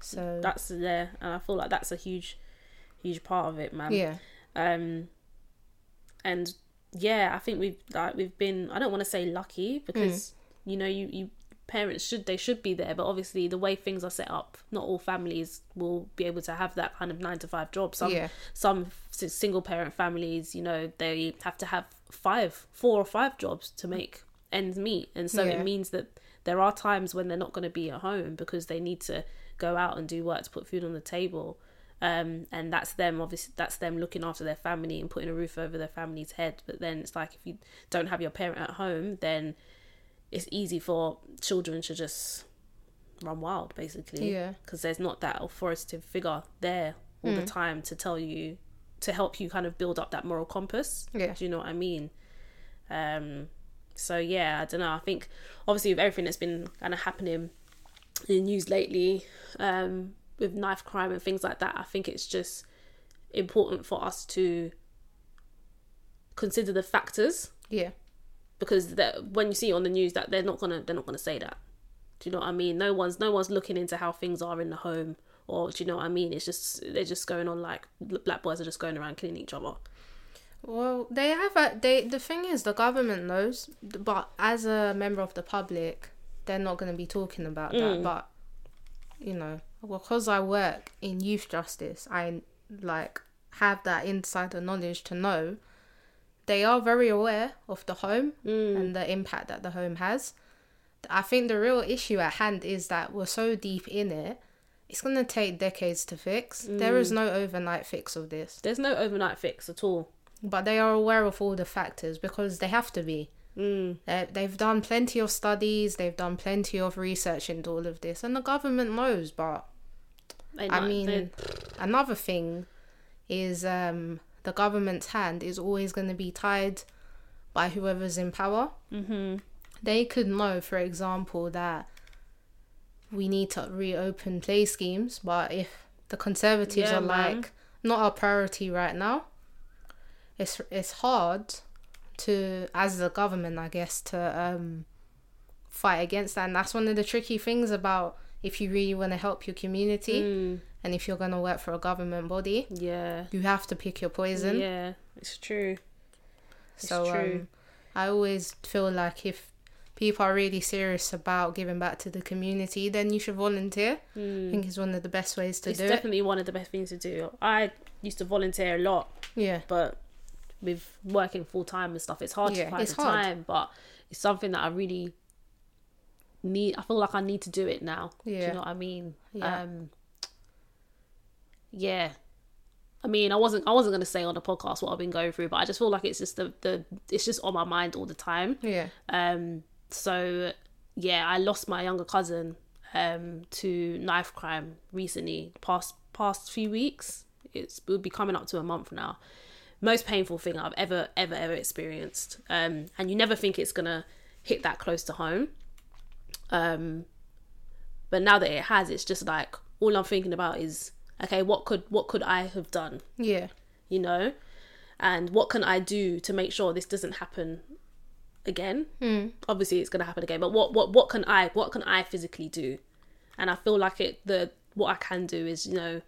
Speaker 1: so
Speaker 2: that's there and i feel like that's a huge huge part of it man
Speaker 1: yeah,
Speaker 2: um and yeah i think we've like we've been i don't want to say lucky
Speaker 1: Mm.
Speaker 2: because you know you you parents should they should be there but obviously the way things are set up not all families will be able to have that kind of 9 to 5 job some
Speaker 1: Yeah.
Speaker 2: some s- single parent families you know they have to have five four or five jobs to make ends meet and so it
Speaker 1: Yeah.
Speaker 2: means that there are times when they're not going to be at home because they need to go out and do work to put food on the table um, and that's them obviously that's them looking after their family and putting a roof over their family's head but then it's like if you don't have your parent at home then it's easy for children to just run wild basically
Speaker 1: Yeah. Hmm.
Speaker 2: because there's not that authoritative figure there all the time to tell you to help you kind of build up that moral compass
Speaker 1: Yeah.
Speaker 2: do you know what i mean um so yeah i don't know i think obviously with everything that's been kind of happening in the news lately um with knife crime and things like that i think it's just important for us to consider the factors
Speaker 1: yeah,
Speaker 2: because that when you see on the news that they're not gonna they're not gonna say that. Do you know what I mean? No one's no one's looking into how things are in the home, or do you know what I mean? It's just they're just going on like black boys are just going around killing each other.
Speaker 1: Well, they have a they. The thing is, the government knows, but as a member of the public, they're not going to be talking about that. But you know, because I work in youth justice, I like have that insider knowledge to know they are very aware of the home and the impact that the home has. I think the real issue at hand is that we're so deep in it. It's going to take decades to fix. There is no overnight fix of this
Speaker 2: There's no overnight fix at all.
Speaker 1: but they are aware of all the factors because they have to be. Mm. They've done plenty of studies, they've done plenty of research into all of this, and the government knows. But
Speaker 2: They
Speaker 1: I
Speaker 2: not-
Speaker 1: mean,
Speaker 2: they-
Speaker 1: another thing is um, the government's hand is always going to be tied by whoever's in power. Mm-hmm. They could know, for example, that we need to reopen play schemes, but if the Conservatives
Speaker 2: Yeah,
Speaker 1: are
Speaker 2: man.
Speaker 1: like not our priority right now, it's it's hard to as the government, I guess, to um, fight against that. And that's one of the tricky things about if you really want to help your community
Speaker 2: Mm.
Speaker 1: and if you're going to work for a government body,
Speaker 2: yeah,
Speaker 1: you have to pick your poison.
Speaker 2: yeah, it's true.
Speaker 1: so
Speaker 2: true.
Speaker 1: Um, I always feel like if people are really serious about giving back to the community, then you should volunteer. I think it's one of the best ways to
Speaker 2: Hmm. it's
Speaker 1: do
Speaker 2: definitely one of the best things to do. I used to volunteer a lot,
Speaker 1: it. Yeah.
Speaker 2: but with working full time and stuff, it's hard
Speaker 1: Yeah,
Speaker 2: to find
Speaker 1: it's
Speaker 2: the
Speaker 1: hard.
Speaker 2: time. But it's something that I really need. I feel like I need to do it now. Do
Speaker 1: Yeah.
Speaker 2: you know what I mean?
Speaker 1: Yeah.
Speaker 2: Um, yeah. I mean, I wasn't. I wasn't gonna say on the podcast what I've been going through, but I just feel like it's just the, the It's just on my mind all the time.
Speaker 1: Yeah.
Speaker 2: Um, so yeah, I lost my younger cousin um to knife crime recently. Past past few weeks, it's it would be coming up to a month now. Most painful thing I've ever ever ever experienced. Um, and you never think it's gonna hit that close to home. Um, but now that it has, it's just like all I'm thinking about is okay, what could what could I have done?
Speaker 1: Yeah.
Speaker 2: you know and what can i do to make sure this doesn't happen again
Speaker 1: Hmm.
Speaker 2: mm. obviously it's going to happen again but what what what can i what can i physically do and i feel like it the what i can do is you know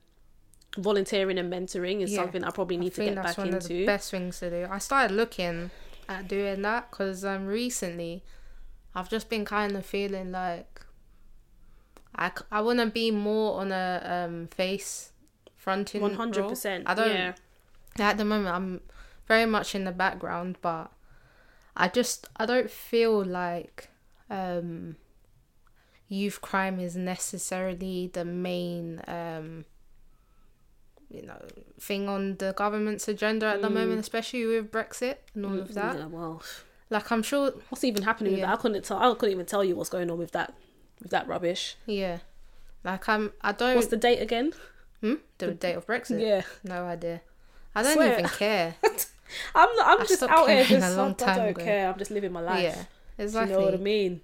Speaker 2: volunteering and mentoring is
Speaker 1: Yeah.
Speaker 2: something i probably need
Speaker 1: I
Speaker 2: to
Speaker 1: think
Speaker 2: get
Speaker 1: that's
Speaker 2: back
Speaker 1: one of the
Speaker 2: into
Speaker 1: best things to do. I started looking at doing that because um, recently I've just been kind of feeling like I, c- I want to be more on a um, face fronting. role.
Speaker 2: 100%
Speaker 1: I don't.
Speaker 2: yeah
Speaker 1: At the moment, I'm very much in the background, but I just I don't feel like um, youth crime is necessarily the main um, you know thing on the government's agenda at
Speaker 2: Mm.
Speaker 1: the moment, especially with Brexit and all of that.
Speaker 2: Yeah, well
Speaker 1: Like I'm sure,
Speaker 2: what's even happening with
Speaker 1: Yeah.
Speaker 2: that i couldn't tell i couldn't even tell you what's going on with that with that rubbish
Speaker 1: yeah. Like I'm, I don't.
Speaker 2: what's the date again
Speaker 1: hmm? the date of Brexit?
Speaker 2: yeah
Speaker 1: No idea. I don't
Speaker 2: Swear.
Speaker 1: even
Speaker 2: <laughs>
Speaker 1: care.
Speaker 2: i'm not i'm
Speaker 1: I
Speaker 2: just
Speaker 1: stopped
Speaker 2: out here
Speaker 1: caring a
Speaker 2: just
Speaker 1: long
Speaker 2: i
Speaker 1: time
Speaker 2: don't
Speaker 1: ago.
Speaker 2: care i'm just living my life
Speaker 1: Yeah,
Speaker 2: Do you
Speaker 1: exactly.
Speaker 2: know what i mean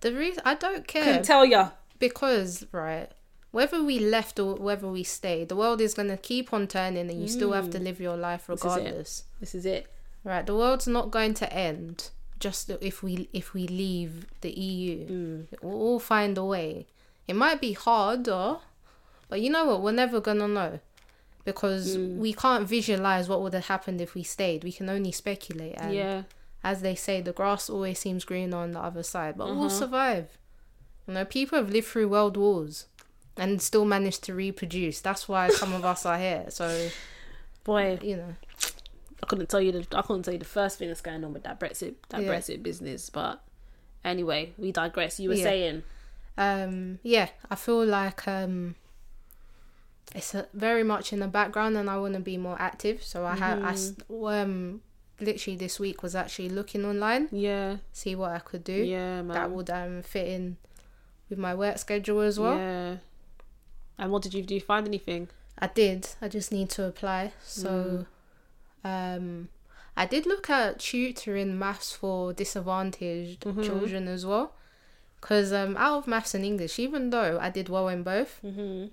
Speaker 1: The reason I don't care
Speaker 2: couldn't tell ya.
Speaker 1: because right whether we left or whether we stay the world is going to keep on turning and you still have to live your life
Speaker 2: Mm. is it.
Speaker 1: regardless
Speaker 2: This is it.
Speaker 1: right the world's not going to end just if we if we leave the E eu
Speaker 2: Mm.
Speaker 1: we'll all find a way it might be harder but you know what we're never going to know because
Speaker 2: Mm.
Speaker 1: we can't visualize what would have happened if we stayed we can only speculate and
Speaker 2: yeah.
Speaker 1: as they say, the grass always seems greener on the other side, but
Speaker 2: Uh-huh.
Speaker 1: we'll survive. You know, people have lived through world wars and still managed to reproduce. That's why some of us are here. So,
Speaker 2: Boy,
Speaker 1: you know,
Speaker 2: I couldn't tell you the I couldn't tell you the first thing that's going on with that Brexit that
Speaker 1: Yeah.
Speaker 2: Brexit business, but anyway, we digress. You were
Speaker 1: Yeah.
Speaker 2: saying
Speaker 1: um, yeah, I feel like um, it's uh very much in the background and I want to be more active. So, I have, I, s-
Speaker 2: Mm-hmm.
Speaker 1: um, literally this week was actually looking online,
Speaker 2: Yeah.
Speaker 1: see what I could do
Speaker 2: Yeah, man.
Speaker 1: that would um, fit in with my work schedule as well.
Speaker 2: Yeah. And what did you do? You find anything?
Speaker 1: I did. I just need to apply. So, um, I did look at tutoring maths for disadvantaged children as well, because um, out of maths and English, even though I did well in both,
Speaker 2: Mhm.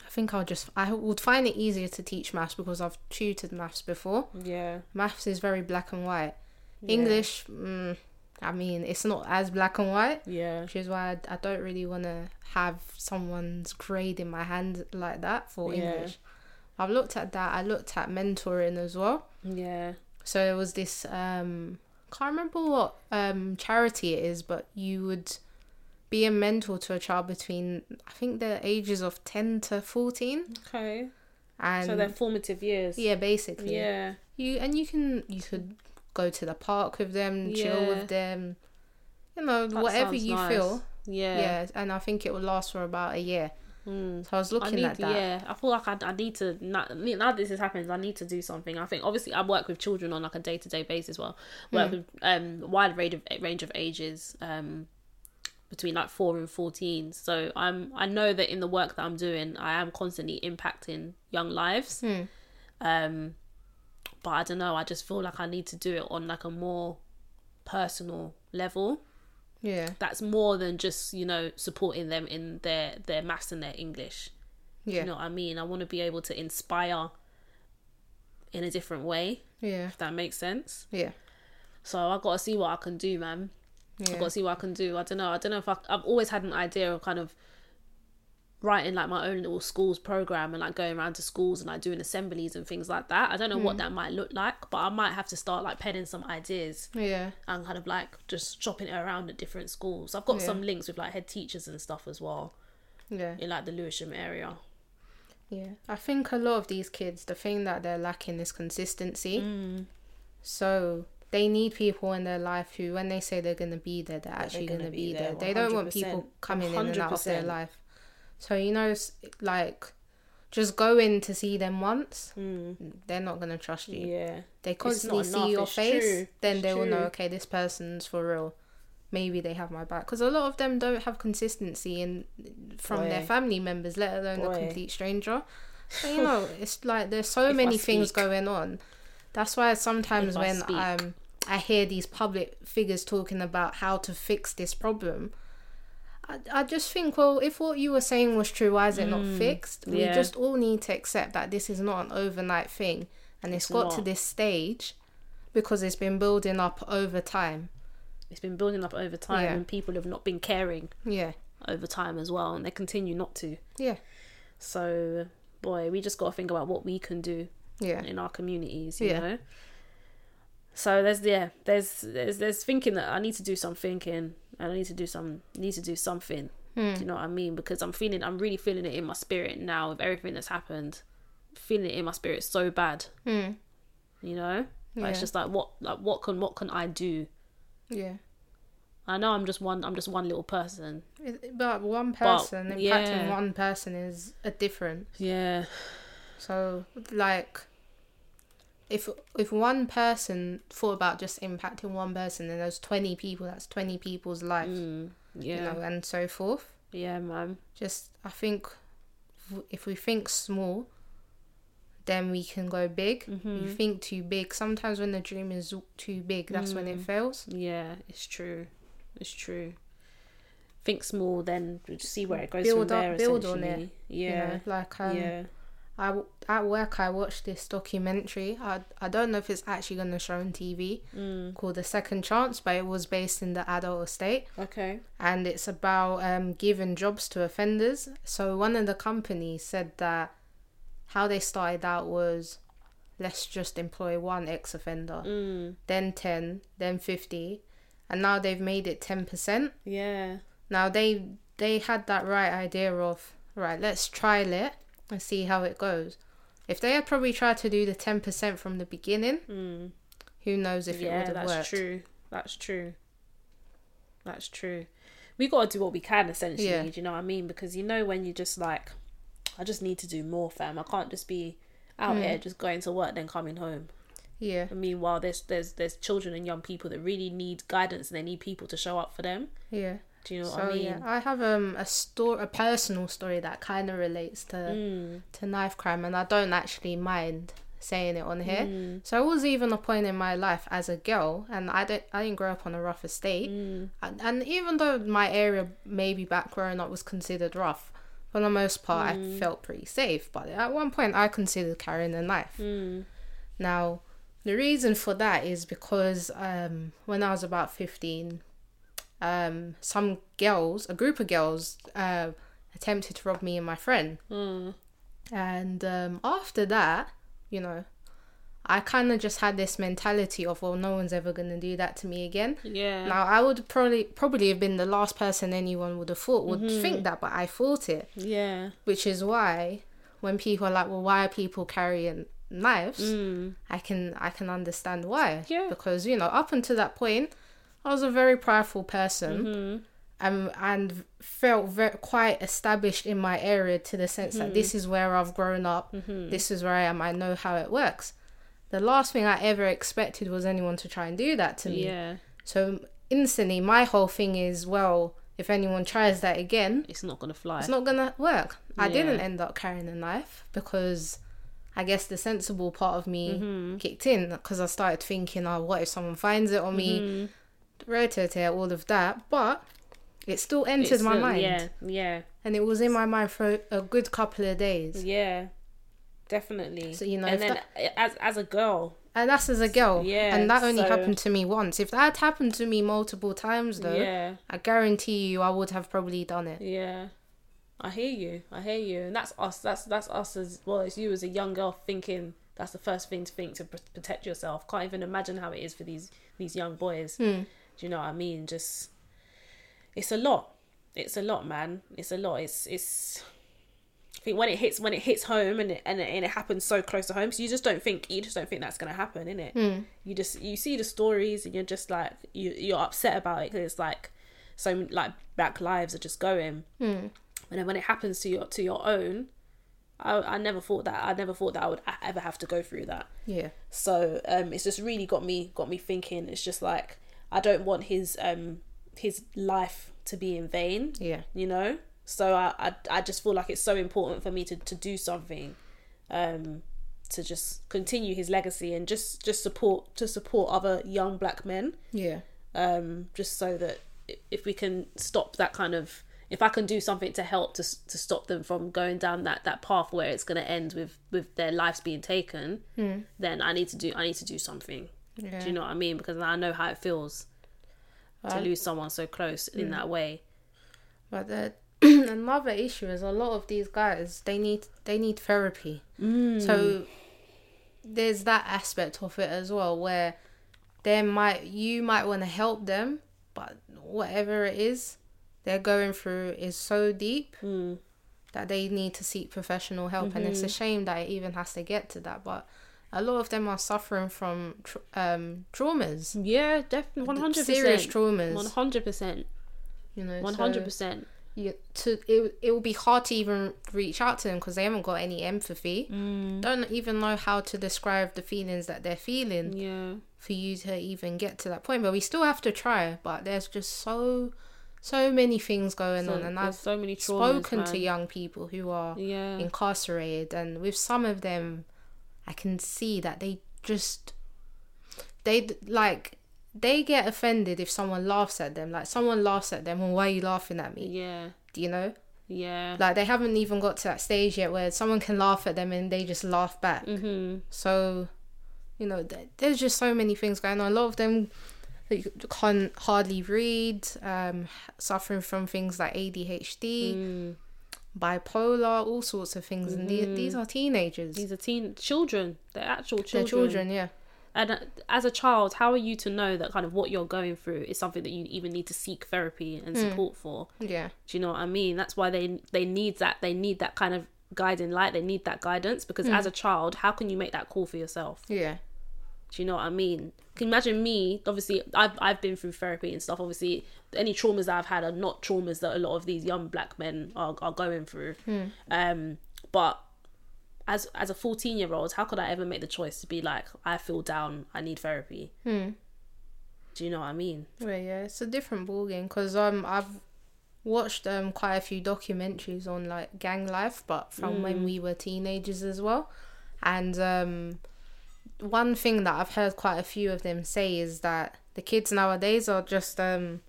Speaker 1: I think I'll just I would find it easier to teach maths because I've tutored maths before.
Speaker 2: Yeah.
Speaker 1: Maths is very black and white.
Speaker 2: Yeah.
Speaker 1: English, mm, I mean, it's not as black and white
Speaker 2: Yeah.
Speaker 1: which is why I, I don't really want to have someone's grade in my hand like that for
Speaker 2: Yeah.
Speaker 1: English. I've looked at that. I looked at mentoring as well.
Speaker 2: Yeah.
Speaker 1: So there was this um can't remember what um charity it is, but you would be a mentor to a child between I think the ages of 10 to 14
Speaker 2: Okay.
Speaker 1: and
Speaker 2: so they're formative years.
Speaker 1: yeah, basically.
Speaker 2: Yeah.
Speaker 1: You and you can you could go to the park with them, chill
Speaker 2: Yeah.
Speaker 1: with them. You know,
Speaker 2: That
Speaker 1: whatever
Speaker 2: sounds
Speaker 1: you
Speaker 2: nice.
Speaker 1: feel
Speaker 2: Yeah.
Speaker 1: yeah and i think it will last for about a year so i was looking
Speaker 2: I need,
Speaker 1: at that
Speaker 2: yeah. I feel like I, I need to now, now this has happened. I need to do something. I think obviously I work with children on like a day to day basis. Well,
Speaker 1: Hmm.
Speaker 2: work with um wide range of range of ages um between like four and fourteen. So I'm I know that in the work that I'm doing, I am constantly impacting young lives.
Speaker 1: Hmm.
Speaker 2: Um, but I don't know. I just feel like I need to do it on like a more personal level
Speaker 1: yeah
Speaker 2: that's more than just you know supporting them in their their maths and their english Do
Speaker 1: Yeah.
Speaker 2: you know what i mean i want to be able to inspire in a different way
Speaker 1: yeah
Speaker 2: if that makes sense
Speaker 1: yeah
Speaker 2: so i gotta see what i can do man i
Speaker 1: yeah
Speaker 2: gotta see what i can do i don't know i don't know if I, i've always had an idea of kind of writing like my own little schools program and like going around to schools and like doing assemblies and things like that. I don't know what
Speaker 1: Hmm.
Speaker 2: that might look like, but I might have to start like penning some ideas
Speaker 1: Yeah.
Speaker 2: and kind of like just shopping it around at different schools. I've got
Speaker 1: Yeah.
Speaker 2: some links with like head teachers and stuff as well
Speaker 1: Yeah.
Speaker 2: in like the Lewisham area.
Speaker 1: Yeah. I think a lot of these kids, the thing that they're lacking is consistency. So they need people in their life who, when they say they're going to be there, they're actually
Speaker 2: gonna
Speaker 1: going to be
Speaker 2: be
Speaker 1: there.
Speaker 2: there,
Speaker 1: They don't want people
Speaker 2: 100%,
Speaker 1: coming in and out of their
Speaker 2: 100%.
Speaker 1: life. So, you know, s- like, just go in to see them once, they're not going to trust you.
Speaker 2: Yeah.
Speaker 1: They
Speaker 2: not
Speaker 1: constantly
Speaker 2: enough,
Speaker 1: see your
Speaker 2: it's
Speaker 1: face,
Speaker 2: true,
Speaker 1: then
Speaker 2: it's
Speaker 1: they will know,
Speaker 2: true.
Speaker 1: okay, this person's for real. Maybe they have my back. Because a lot of them don't have consistency in from their
Speaker 2: Boy.
Speaker 1: family members, let alone a
Speaker 2: Boy.
Speaker 1: complete stranger. So,
Speaker 2: <laughs>
Speaker 1: you know, it's like there's so
Speaker 2: If I
Speaker 1: many things
Speaker 2: speak.
Speaker 1: going on. That's why sometimes
Speaker 2: If I
Speaker 1: when
Speaker 2: speak.
Speaker 1: um, I hear these public figures talking about how to fix this problem, I, I just think, well, if what you were saying was true, why is it not fixed?
Speaker 2: Mm, yeah.
Speaker 1: We just all need to accept that this is not an overnight thing and it's
Speaker 2: It's
Speaker 1: got to
Speaker 2: not.
Speaker 1: this stage because it's been building up over time.
Speaker 2: It's been building up over time
Speaker 1: Yeah.
Speaker 2: and people have not been caring
Speaker 1: Yeah.
Speaker 2: over time as well and they continue not to.
Speaker 1: Yeah.
Speaker 2: So boy, we just gotta think about what we can do
Speaker 1: Yeah.
Speaker 2: in our communities, you
Speaker 1: Yeah.
Speaker 2: know. So there's yeah, there's there's there's thinking that I need to do some thinking and I need to do some need to do something.
Speaker 1: Hmm.
Speaker 2: Do you know what I mean? Because I'm feeling I'm really feeling it in my spirit now with everything that's happened. Feeling it in my spirit so bad.
Speaker 1: Mm.
Speaker 2: You know? Like it's
Speaker 1: Yeah.
Speaker 2: just like what like what can what can I do?
Speaker 1: Yeah.
Speaker 2: I know I'm just one I'm just one little person.
Speaker 1: It- But one person impacting
Speaker 2: yeah.
Speaker 1: one person is a different.
Speaker 2: Yeah.
Speaker 1: So like if if one person thought about just impacting one person and there's 20 people that's 20 people's life
Speaker 2: Mm, yeah.
Speaker 1: you know and so forth
Speaker 2: Yeah, man.
Speaker 1: just i think w- if we think small then we can go big
Speaker 2: Mm-hmm.
Speaker 1: you think too big sometimes when the dream is too big that's when
Speaker 2: Mm.
Speaker 1: it fails
Speaker 2: Yeah, it's true. It's true. Think small, then we'll just see where it goes
Speaker 1: Build
Speaker 2: from
Speaker 1: up-
Speaker 2: there.
Speaker 1: build on
Speaker 2: essentially.
Speaker 1: you
Speaker 2: Yeah.
Speaker 1: know? like um
Speaker 2: yeah.
Speaker 1: I w at work I watched this documentary. I I don't know if it's actually going to show on TV
Speaker 2: Mm.
Speaker 1: called The Second Chance, but it was based in the adult estate
Speaker 2: Okay.
Speaker 1: and it's about um, giving jobs to offenders. So one of the companies said that how they started out was let's just employ one ex offender,
Speaker 2: Mm.
Speaker 1: then 10, then 50, and now they've made it 10%.
Speaker 2: Yeah.
Speaker 1: Now they they had that right idea of right, let's trial it and see how it goes. If they had probably tried to do the ten percent from the beginning, who knows if it would
Speaker 2: Mm. yeah,
Speaker 1: have
Speaker 2: that's
Speaker 1: worked?
Speaker 2: true. That's true. That's true. We got to do what we can, essentially.
Speaker 1: Yeah.
Speaker 2: Do you know what I mean? Because you know when you're just like, I just need to do more, fam. I can't just be out here just going to work then coming home.
Speaker 1: Yeah,
Speaker 2: And meanwhile, there's there's there's children and young people that really need guidance and they need people to show up for them.
Speaker 1: yeah.
Speaker 2: Do you know
Speaker 1: So
Speaker 2: what I mean?
Speaker 1: yeah, I have um a story, a personal story that kind of relates to to knife crime, and I don't actually mind saying it on here. So it was even a point in my life as a girl, and I don't, I didn't grow up on a rough estate, and, and even though my area maybe back growing up was considered rough, for the most part I felt pretty safe. But at one point I considered carrying a knife. Now. The reason for that is because um, when I was about 15, um, some girls, a group of girls, uh, attempted to rob me and my friend.
Speaker 2: Hmm.
Speaker 1: And um, after that, you know, I kind of just had this mentality of, well, no one's ever going to do that to me again.
Speaker 2: Yeah.
Speaker 1: Now, I would probably probably have been the last person anyone would have thought would think that, but I thought it,
Speaker 2: yeah.
Speaker 1: which is why when people are like, well, why are people carrying knives? I can I can understand why.
Speaker 2: Mm. Yeah.
Speaker 1: Because you know, up until that point, I was a very prideful person
Speaker 2: Mm-hmm.
Speaker 1: um, and felt very, quite established in my area to the sense that
Speaker 2: Mm-hmm.
Speaker 1: this is where I've grown up, this is where I am, I know how it works. The last thing I ever expected was anyone to try and do that to me.
Speaker 2: Yeah.
Speaker 1: So instantly, my whole thing is well, if anyone tries that again,
Speaker 2: It's not gonna fly.
Speaker 1: it's not gonna work. I
Speaker 2: Yeah.
Speaker 1: didn't end up carrying a knife because I guess the sensible part of me
Speaker 2: Mm-hmm.
Speaker 1: kicked in because I started thinking, oh, what if someone finds it on me?
Speaker 2: Mm-hmm.
Speaker 1: Rotate all of that, but it still entered
Speaker 2: It's
Speaker 1: my
Speaker 2: not-
Speaker 1: mind,
Speaker 2: Yeah, yeah,
Speaker 1: and it was in my mind for a good couple of days.
Speaker 2: yeah. Definitely.
Speaker 1: So, you know,
Speaker 2: and
Speaker 1: if
Speaker 2: then as as a girl,
Speaker 1: And that's as a girl,
Speaker 2: Yeah,
Speaker 1: and that only
Speaker 2: so-
Speaker 1: happened to me once. If that had happened to me multiple times, though,
Speaker 2: yeah,
Speaker 1: I guarantee you, I would have probably done it.
Speaker 2: yeah, I hear you. I hear you. And that's us. That's that's us as well. It's you as a young girl thinking that's the first thing to think to pr- protect yourself. Can't even imagine how it is for these these young boys.
Speaker 1: Hmm.
Speaker 2: Do you know what I mean? Just it's a lot. It's a lot, man. It's a lot. It's it's. I think when it hits when it hits home and it, and it, and it happens so close to home, so you just don't think you just don't think that's gonna happen, innit? Mm. You just you see the stories and you're just like you you're upset about it because it's like so many- like black lives are just going. And then when it happens to your to your own, I, I never thought that I never thought that I would a- ever have to go through that.
Speaker 1: Yeah.
Speaker 2: So um, it's just really got me got me thinking. It's just like I don't want his um his life to be in vain.
Speaker 1: Yeah.
Speaker 2: You know. So I, I I just feel like it's so important for me to to do something, um, to just continue his legacy and just just support to support other young black men
Speaker 1: Yeah.
Speaker 2: um, just so that i- if we can stop that kind of if I can do something to help to, s- to stop them from going down that, that path where it's going to end with, with their lives being taken, then I need to do I need to do something.
Speaker 1: Yeah.
Speaker 2: Do you know what I mean? Because I know how it feels to lose someone so close in that way.
Speaker 1: But the, <clears throat> another issue is a lot of these guys they need they need therapy.
Speaker 2: Mm.
Speaker 1: So there's that aspect of it as well where they might you might want to help them, but whatever it is they're going through is so deep
Speaker 2: Mm.
Speaker 1: that they need to seek professional help, and
Speaker 2: Mm-hmm.
Speaker 1: it's a shame that it even has to get to that. But a lot of them are suffering from tr- um, traumas,
Speaker 2: Yeah, definitely one hundred
Speaker 1: serious
Speaker 2: percent.
Speaker 1: traumas.
Speaker 2: One hundred percent.
Speaker 1: you know,
Speaker 2: One
Speaker 1: so-
Speaker 2: hundred percent.
Speaker 1: you to it, it will be hard to even reach out to them because they haven't got any empathy
Speaker 2: Mm.
Speaker 1: don't even know how to describe the feelings that they're feeling
Speaker 2: Yeah.
Speaker 1: for you to even get to that point but we still have to try but there's just so so many things going
Speaker 2: So,
Speaker 1: on and
Speaker 2: there's
Speaker 1: i've
Speaker 2: so many traumas.
Speaker 1: spoken to
Speaker 2: man.
Speaker 1: young people who are
Speaker 2: Yeah.
Speaker 1: incarcerated and with some of them i can see that they just they d- like they get offended if someone laughs at them like someone laughs at them well why are you laughing at me
Speaker 2: Yeah.
Speaker 1: Do you know
Speaker 2: Yeah.
Speaker 1: like they haven't even got to that stage yet where someone can laugh at them and they just laugh back
Speaker 2: mm-hmm.
Speaker 1: so you know th- there's just so many things going on a lot of them like, can hardly read um suffering from things like adhd
Speaker 2: Mm.
Speaker 1: bipolar all sorts of things and the- these are teenagers
Speaker 2: Mm-hmm. These are teen children. They're actual
Speaker 1: they're children yeah
Speaker 2: And uh, as a child, how are you to know that kind of what you're going through is something that you even need to seek therapy and
Speaker 1: Hmm.
Speaker 2: support for?
Speaker 1: yeah
Speaker 2: Do you know what I mean? That's why they they need that they need that kind of guiding light. They need that guidance because
Speaker 1: Hmm.
Speaker 2: as a child, how can you make that call for yourself?
Speaker 1: yeah
Speaker 2: Do you know what I mean? Can you imagine me? Obviously, I've I've been through therapy and stuff. Obviously, any traumas that I've had are not traumas that a lot of these young black men are, are going through. Um, but as as a fourteen year old, how could I ever make the choice to be like, I feel down, I need therapy? Do you know what I mean?
Speaker 1: Well, yeah, it's a different ballgame because um I've watched um quite a few documentaries on like gang life, but from when we were teenagers as well, and um one thing that I've heard quite a few of them say is that the kids nowadays are just um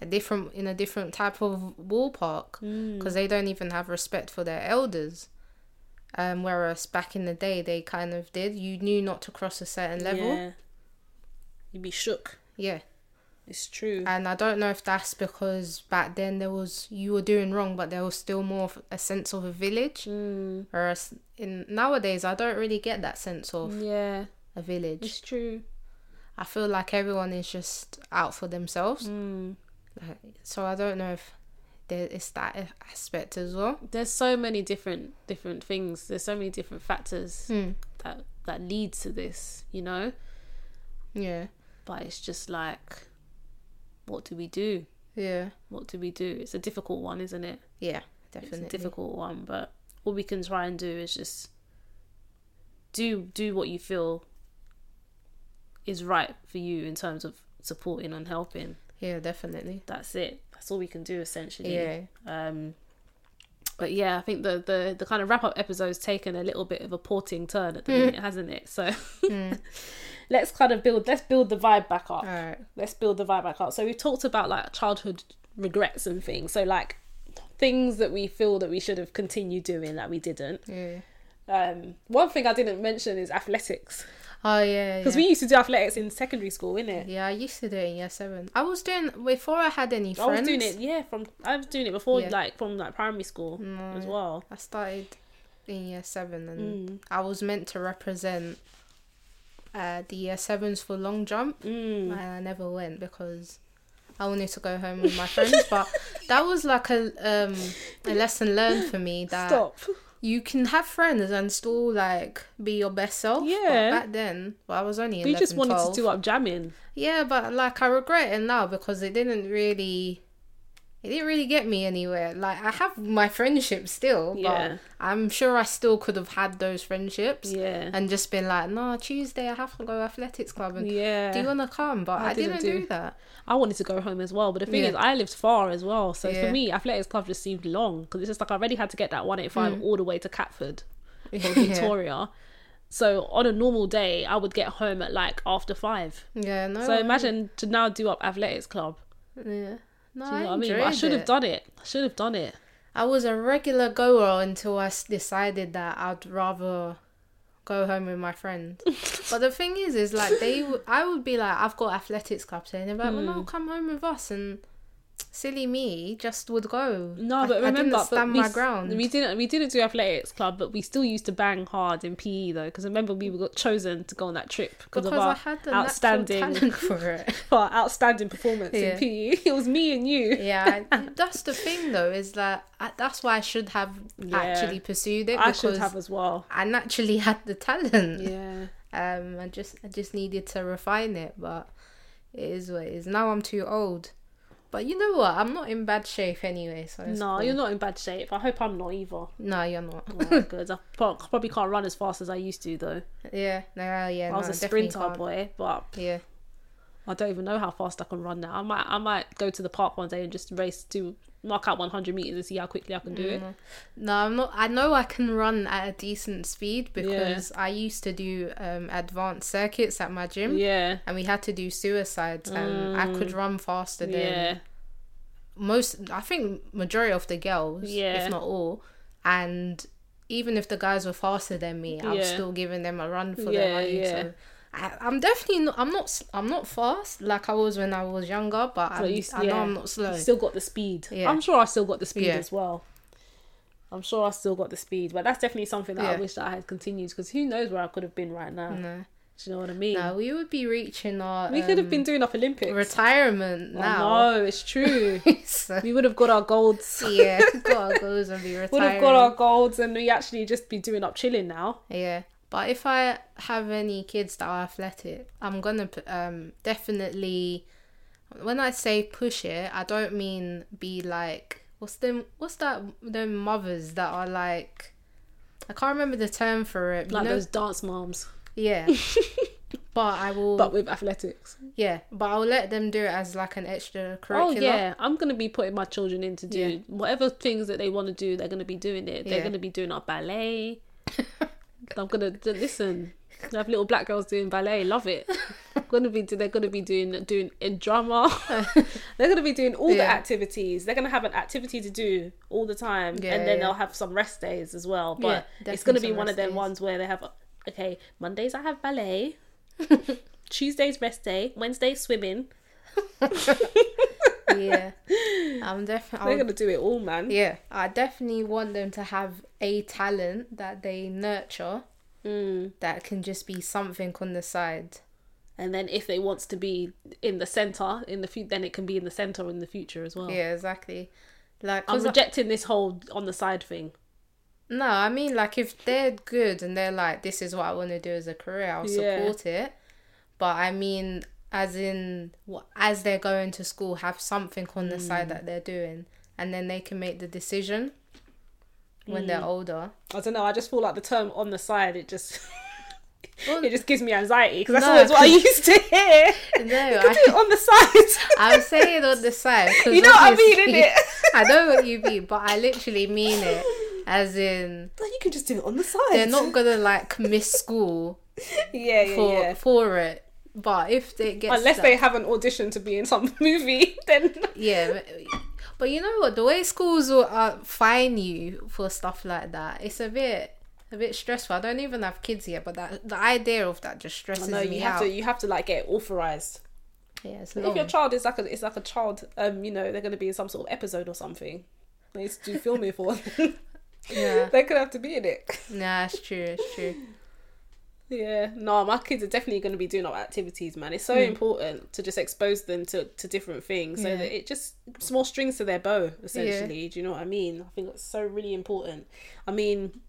Speaker 1: a different in a different type of ballpark because they don't even have respect for their elders. Um, whereas back in the day they kind of did. You knew not to cross a certain level.
Speaker 2: Yeah. You'd be shook.
Speaker 1: Yeah.
Speaker 2: It's true.
Speaker 1: And I don't know if that's because back then there was you were doing wrong, but there was still more of a sense of a village.
Speaker 2: Mm.
Speaker 1: Whereas in nowadays, I don't really get that sense of
Speaker 2: Yeah,
Speaker 1: a village.
Speaker 2: it's true.
Speaker 1: I feel like everyone is just out for themselves.
Speaker 2: Mm.
Speaker 1: Like, so I don't know if there is that a- aspect as well.
Speaker 2: There's so many different different things. There's so many different factors that that lead to this. You know.
Speaker 1: Yeah,
Speaker 2: but it's just like what do we do
Speaker 1: yeah,
Speaker 2: what do we do it's a difficult one isn't it
Speaker 1: yeah,
Speaker 2: it's a
Speaker 1: definitely.
Speaker 2: difficult one but all we can try and do is just do do what you feel is right for you in terms of supporting and helping
Speaker 1: Yeah, definitely.
Speaker 2: that's it that's all we can do essentially
Speaker 1: Yeah,
Speaker 2: um but yeah i think the the, the kind of wrap up episode's taken a little bit of a porting turn
Speaker 1: Hmm.
Speaker 2: at the minute hasn't it so <laughs> let's kind of build let's build the vibe back up
Speaker 1: all right.
Speaker 2: let's build the vibe back up. So we've talked about like childhood regrets and things. So like things that we feel that we should have continued doing that we didn't.
Speaker 1: Yeah.
Speaker 2: Um, one thing I didn't mention is athletics.
Speaker 1: Oh yeah,
Speaker 2: because
Speaker 1: yeah.
Speaker 2: we used to do athletics in secondary school, innit?
Speaker 1: yeah, I used to do it in year seven. I was doing before I had any
Speaker 2: I
Speaker 1: friends.
Speaker 2: was doing it, yeah. From I was doing it before,
Speaker 1: Yeah.
Speaker 2: like from like primary school
Speaker 1: No,
Speaker 2: as
Speaker 1: yeah.
Speaker 2: well.
Speaker 1: I started in year seven, and
Speaker 2: Mm.
Speaker 1: I was meant to represent uh, the year sevens for long jump,
Speaker 2: Mm.
Speaker 1: and I never went because I wanted to go home with my friends. But that was like a um, a lesson learned for me that
Speaker 2: Stop.
Speaker 1: you can have friends and still like be your best self.
Speaker 2: Yeah.
Speaker 1: But back then, well, I was only
Speaker 2: We
Speaker 1: 11,
Speaker 2: just wanted
Speaker 1: 12.
Speaker 2: to do up jamming.
Speaker 1: Yeah, but like I regret it now because it didn't really it didn't really get me anywhere. Like I have my friendships still,
Speaker 2: Yeah.
Speaker 1: but I'm sure I still could have had those friendships
Speaker 2: Yeah.
Speaker 1: and just been like, No, Tuesday I have to go athletics club and
Speaker 2: yeah.
Speaker 1: Um, do you wanna come? But I,
Speaker 2: didn't
Speaker 1: didn't,
Speaker 2: do-
Speaker 1: do, that.
Speaker 2: I wanted to go home as well, but the thing
Speaker 1: Yeah.
Speaker 2: is, I lived far as well. So for
Speaker 1: Yeah.
Speaker 2: me, athletics club just seemed long because it's just like I already had to get that
Speaker 1: Mm.
Speaker 2: 185 all the way to Catford or
Speaker 1: <laughs> Yeah.
Speaker 2: Victoria. So on a normal day, I would get home at like after five.
Speaker 1: Yeah, no.
Speaker 2: So imagine to now do up athletics club.
Speaker 1: yeah. No,
Speaker 2: You
Speaker 1: I,
Speaker 2: know what I mean? But I
Speaker 1: enjoyed
Speaker 2: should have
Speaker 1: it.
Speaker 2: done it. I should have done it.
Speaker 1: I was a regular goer until I s- decided that I'd rather go home with my
Speaker 2: <laughs>
Speaker 1: friends. but the thing is, is like they, w- I would be like, I've got athletics club today, and they're like, well, no,
Speaker 2: Hmm.
Speaker 1: come home with us, and silly me just would go.
Speaker 2: No,
Speaker 1: I,
Speaker 2: but remember,
Speaker 1: I didn't
Speaker 2: but
Speaker 1: stand
Speaker 2: we,
Speaker 1: my
Speaker 2: s-
Speaker 1: ground.
Speaker 2: We didn't. We didn't do athletics club, but we still used to bang hard in PE though, because remember we got chosen to go on that trip because
Speaker 1: because
Speaker 2: of
Speaker 1: I
Speaker 2: our
Speaker 1: had the outstanding
Speaker 2: outstanding
Speaker 1: talent for it.
Speaker 2: for <laughs> our outstanding performance
Speaker 1: Yeah.
Speaker 2: in PE. <laughs> It was me and you.
Speaker 1: yeah, I- that's the thing though, is that I, that's why I should have
Speaker 2: Yeah.
Speaker 1: actually pursued it
Speaker 2: I
Speaker 1: because
Speaker 2: should have as well.
Speaker 1: I naturally had the talent.
Speaker 2: Yeah.
Speaker 1: Um, I just I just needed to refine it, but it is what it is. Now I'm too old, but you know what? I'm not in bad shape anyway. So it's
Speaker 2: No,
Speaker 1: cool.
Speaker 2: you're not in bad shape. I hope I'm not either.
Speaker 1: no, you're
Speaker 2: <laughs>
Speaker 1: not.
Speaker 2: Oh, good. I pro- probably can't run as fast as I used to though.
Speaker 1: yeah, no, yeah.
Speaker 2: I was
Speaker 1: no,
Speaker 2: a
Speaker 1: definitely
Speaker 2: sprinter
Speaker 1: can't.
Speaker 2: boy, but
Speaker 1: Yeah,
Speaker 2: I don't even know how fast I can run now. I might, I might go to the park one day and just race to mark out 100 meters and see how quickly I can do it.
Speaker 1: Mm-hmm. no, I'm not. I know I can run at a decent speed because I used to do um advanced circuits at my gym,
Speaker 2: Yeah. Mm.
Speaker 1: and we had to do suicides, and I could run faster than
Speaker 2: Yeah.
Speaker 1: most I think majority of the girls,
Speaker 2: Yeah.
Speaker 1: if not all, and even if the guys were faster than me, I'm
Speaker 2: Yeah.
Speaker 1: still giving them a run for
Speaker 2: Yeah,
Speaker 1: their money.
Speaker 2: yeah.
Speaker 1: So I, I'm definitely not. I'm not. s- I'm not fast like I was when I was younger, but I'm,
Speaker 2: you s-
Speaker 1: I
Speaker 2: yeah.
Speaker 1: know I'm not slow.
Speaker 2: Still got the speed.
Speaker 1: Yeah.
Speaker 2: I'm sure I still got the speed
Speaker 1: Yeah.
Speaker 2: as well. I'm sure I still got the speed, but that's definitely something that I
Speaker 1: Yeah.
Speaker 2: wish that I had continued because who knows where I could have been right now.
Speaker 1: No,
Speaker 2: Do you know what I mean?
Speaker 1: no, we would be reaching our
Speaker 2: We could have
Speaker 1: um,
Speaker 2: been doing up Olympics.
Speaker 1: retirement now.
Speaker 2: No, it's
Speaker 1: <laughs>
Speaker 2: true.
Speaker 1: So,
Speaker 2: we would have got our golds.
Speaker 1: yeah, <laughs> got our goals and be retired.
Speaker 2: Would have got our golds, and we actually just be doing up chilling now.
Speaker 1: Yeah, but if I have any kids that are athletic, I'm gonna p- um definitely. When I say push it, I don't mean be like what's them what's that them mothers that are like. I can't remember the term for it. you
Speaker 2: Like
Speaker 1: know-
Speaker 2: those dance moms, <laughs>
Speaker 1: yeah. but I will.
Speaker 2: but with athletics.
Speaker 1: yeah, but I'll let them do it as like an extra
Speaker 2: Oh
Speaker 1: curriculum.
Speaker 2: yeah, I'm gonna be putting my children in to do
Speaker 1: Yeah.
Speaker 2: whatever things that they want to do. They're gonna be doing it. They're
Speaker 1: Yeah.
Speaker 2: gonna be doing our
Speaker 1: <laughs>
Speaker 2: ballet. I'm gonna d- listen. I have little black girls doing ballet.
Speaker 1: <laughs>
Speaker 2: Love it. gonna be do- they're gonna be doing doing in drama.
Speaker 1: <laughs>
Speaker 2: <laughs> they're gonna be doing all the
Speaker 1: Yeah.
Speaker 2: activities. They're gonna have an activity to do all the time,
Speaker 1: Yeah,
Speaker 2: and then
Speaker 1: yeah.
Speaker 2: they'll have some rest days as well.
Speaker 1: Yeah,
Speaker 2: But it's
Speaker 1: definitely
Speaker 2: gonna be
Speaker 1: some
Speaker 2: one of
Speaker 1: rest
Speaker 2: them
Speaker 1: days.
Speaker 2: ones where they have okay Mondays I have
Speaker 1: <laughs>
Speaker 2: ballet, Tuesdays rest day, Wednesday swimming.
Speaker 1: yeah. I'm
Speaker 2: They're <laughs>
Speaker 1: definitely.
Speaker 2: gonna do it all, man.
Speaker 1: Yeah, I definitely want them to have a talent that they nurture
Speaker 2: Mm.
Speaker 1: that can just be something on the side.
Speaker 2: and then if they wants to be in the center in the future then it can be in the center in the future as well
Speaker 1: Yeah, exactly. Like,
Speaker 2: Oh. i'm
Speaker 1: 'cause I-
Speaker 2: rejecting this whole on the side thing
Speaker 1: no, I mean, like, if they're good and they're like, this is what I want to do as a career, I'll
Speaker 2: Yeah.
Speaker 1: support it. But I mean, as in, wh- as they're going to school, have something on the
Speaker 2: Mm.
Speaker 1: side that they're doing, and then they can make the decision when they're
Speaker 2: Mm.
Speaker 1: older.
Speaker 2: i don't know i just feel like the term on the side it just <laughs>
Speaker 1: Well-
Speaker 2: it just gives me anxiety because that's
Speaker 1: No,
Speaker 2: always what
Speaker 1: <laughs>
Speaker 2: i
Speaker 1: 'cause-
Speaker 2: used to hear
Speaker 1: <laughs> No,
Speaker 2: You can
Speaker 1: I-
Speaker 2: do it on
Speaker 1: <laughs>
Speaker 2: the side
Speaker 1: I'm saying on the side. 'cause
Speaker 2: you know what i mean
Speaker 1: obviously-
Speaker 2: innit?
Speaker 1: <laughs> I know what you mean, but I literally mean it. As in,
Speaker 2: <laughs> Like, you can just do it on the side
Speaker 1: they're not gonna like miss school
Speaker 2: <laughs> yeah yeah,
Speaker 1: for
Speaker 2: yeah.
Speaker 1: for it. But if they get
Speaker 2: unless they have an audition to be in some <laughs> movie then
Speaker 1: yeah. But, but you know what? The way schools will uh, fine you for stuff like that, it's a bit a bit stressful. I don't even have kids yet, but that the idea of that just
Speaker 2: I
Speaker 1: stresses
Speaker 2: know
Speaker 1: me
Speaker 2: you have
Speaker 1: out.
Speaker 2: to you have to like get it authorized.
Speaker 1: Yeah,
Speaker 2: <laughs>
Speaker 1: it's
Speaker 2: If your
Speaker 1: long.
Speaker 2: child is like a it's like a child, um, you know they're going to be in some sort of episode or something. They used to film it
Speaker 1: <laughs>
Speaker 2: for.
Speaker 1: Yeah,
Speaker 2: they could have to be in it.
Speaker 1: nah, it's true. It's true.
Speaker 2: Yeah, no, my kids are definitely going to be doing our activities, man. It's so important to just expose them to, to different things so
Speaker 1: Hmm. Yeah.
Speaker 2: that it just it's more strings to their bow, essentially. Do you know what I mean? I think that's so really important. I mean,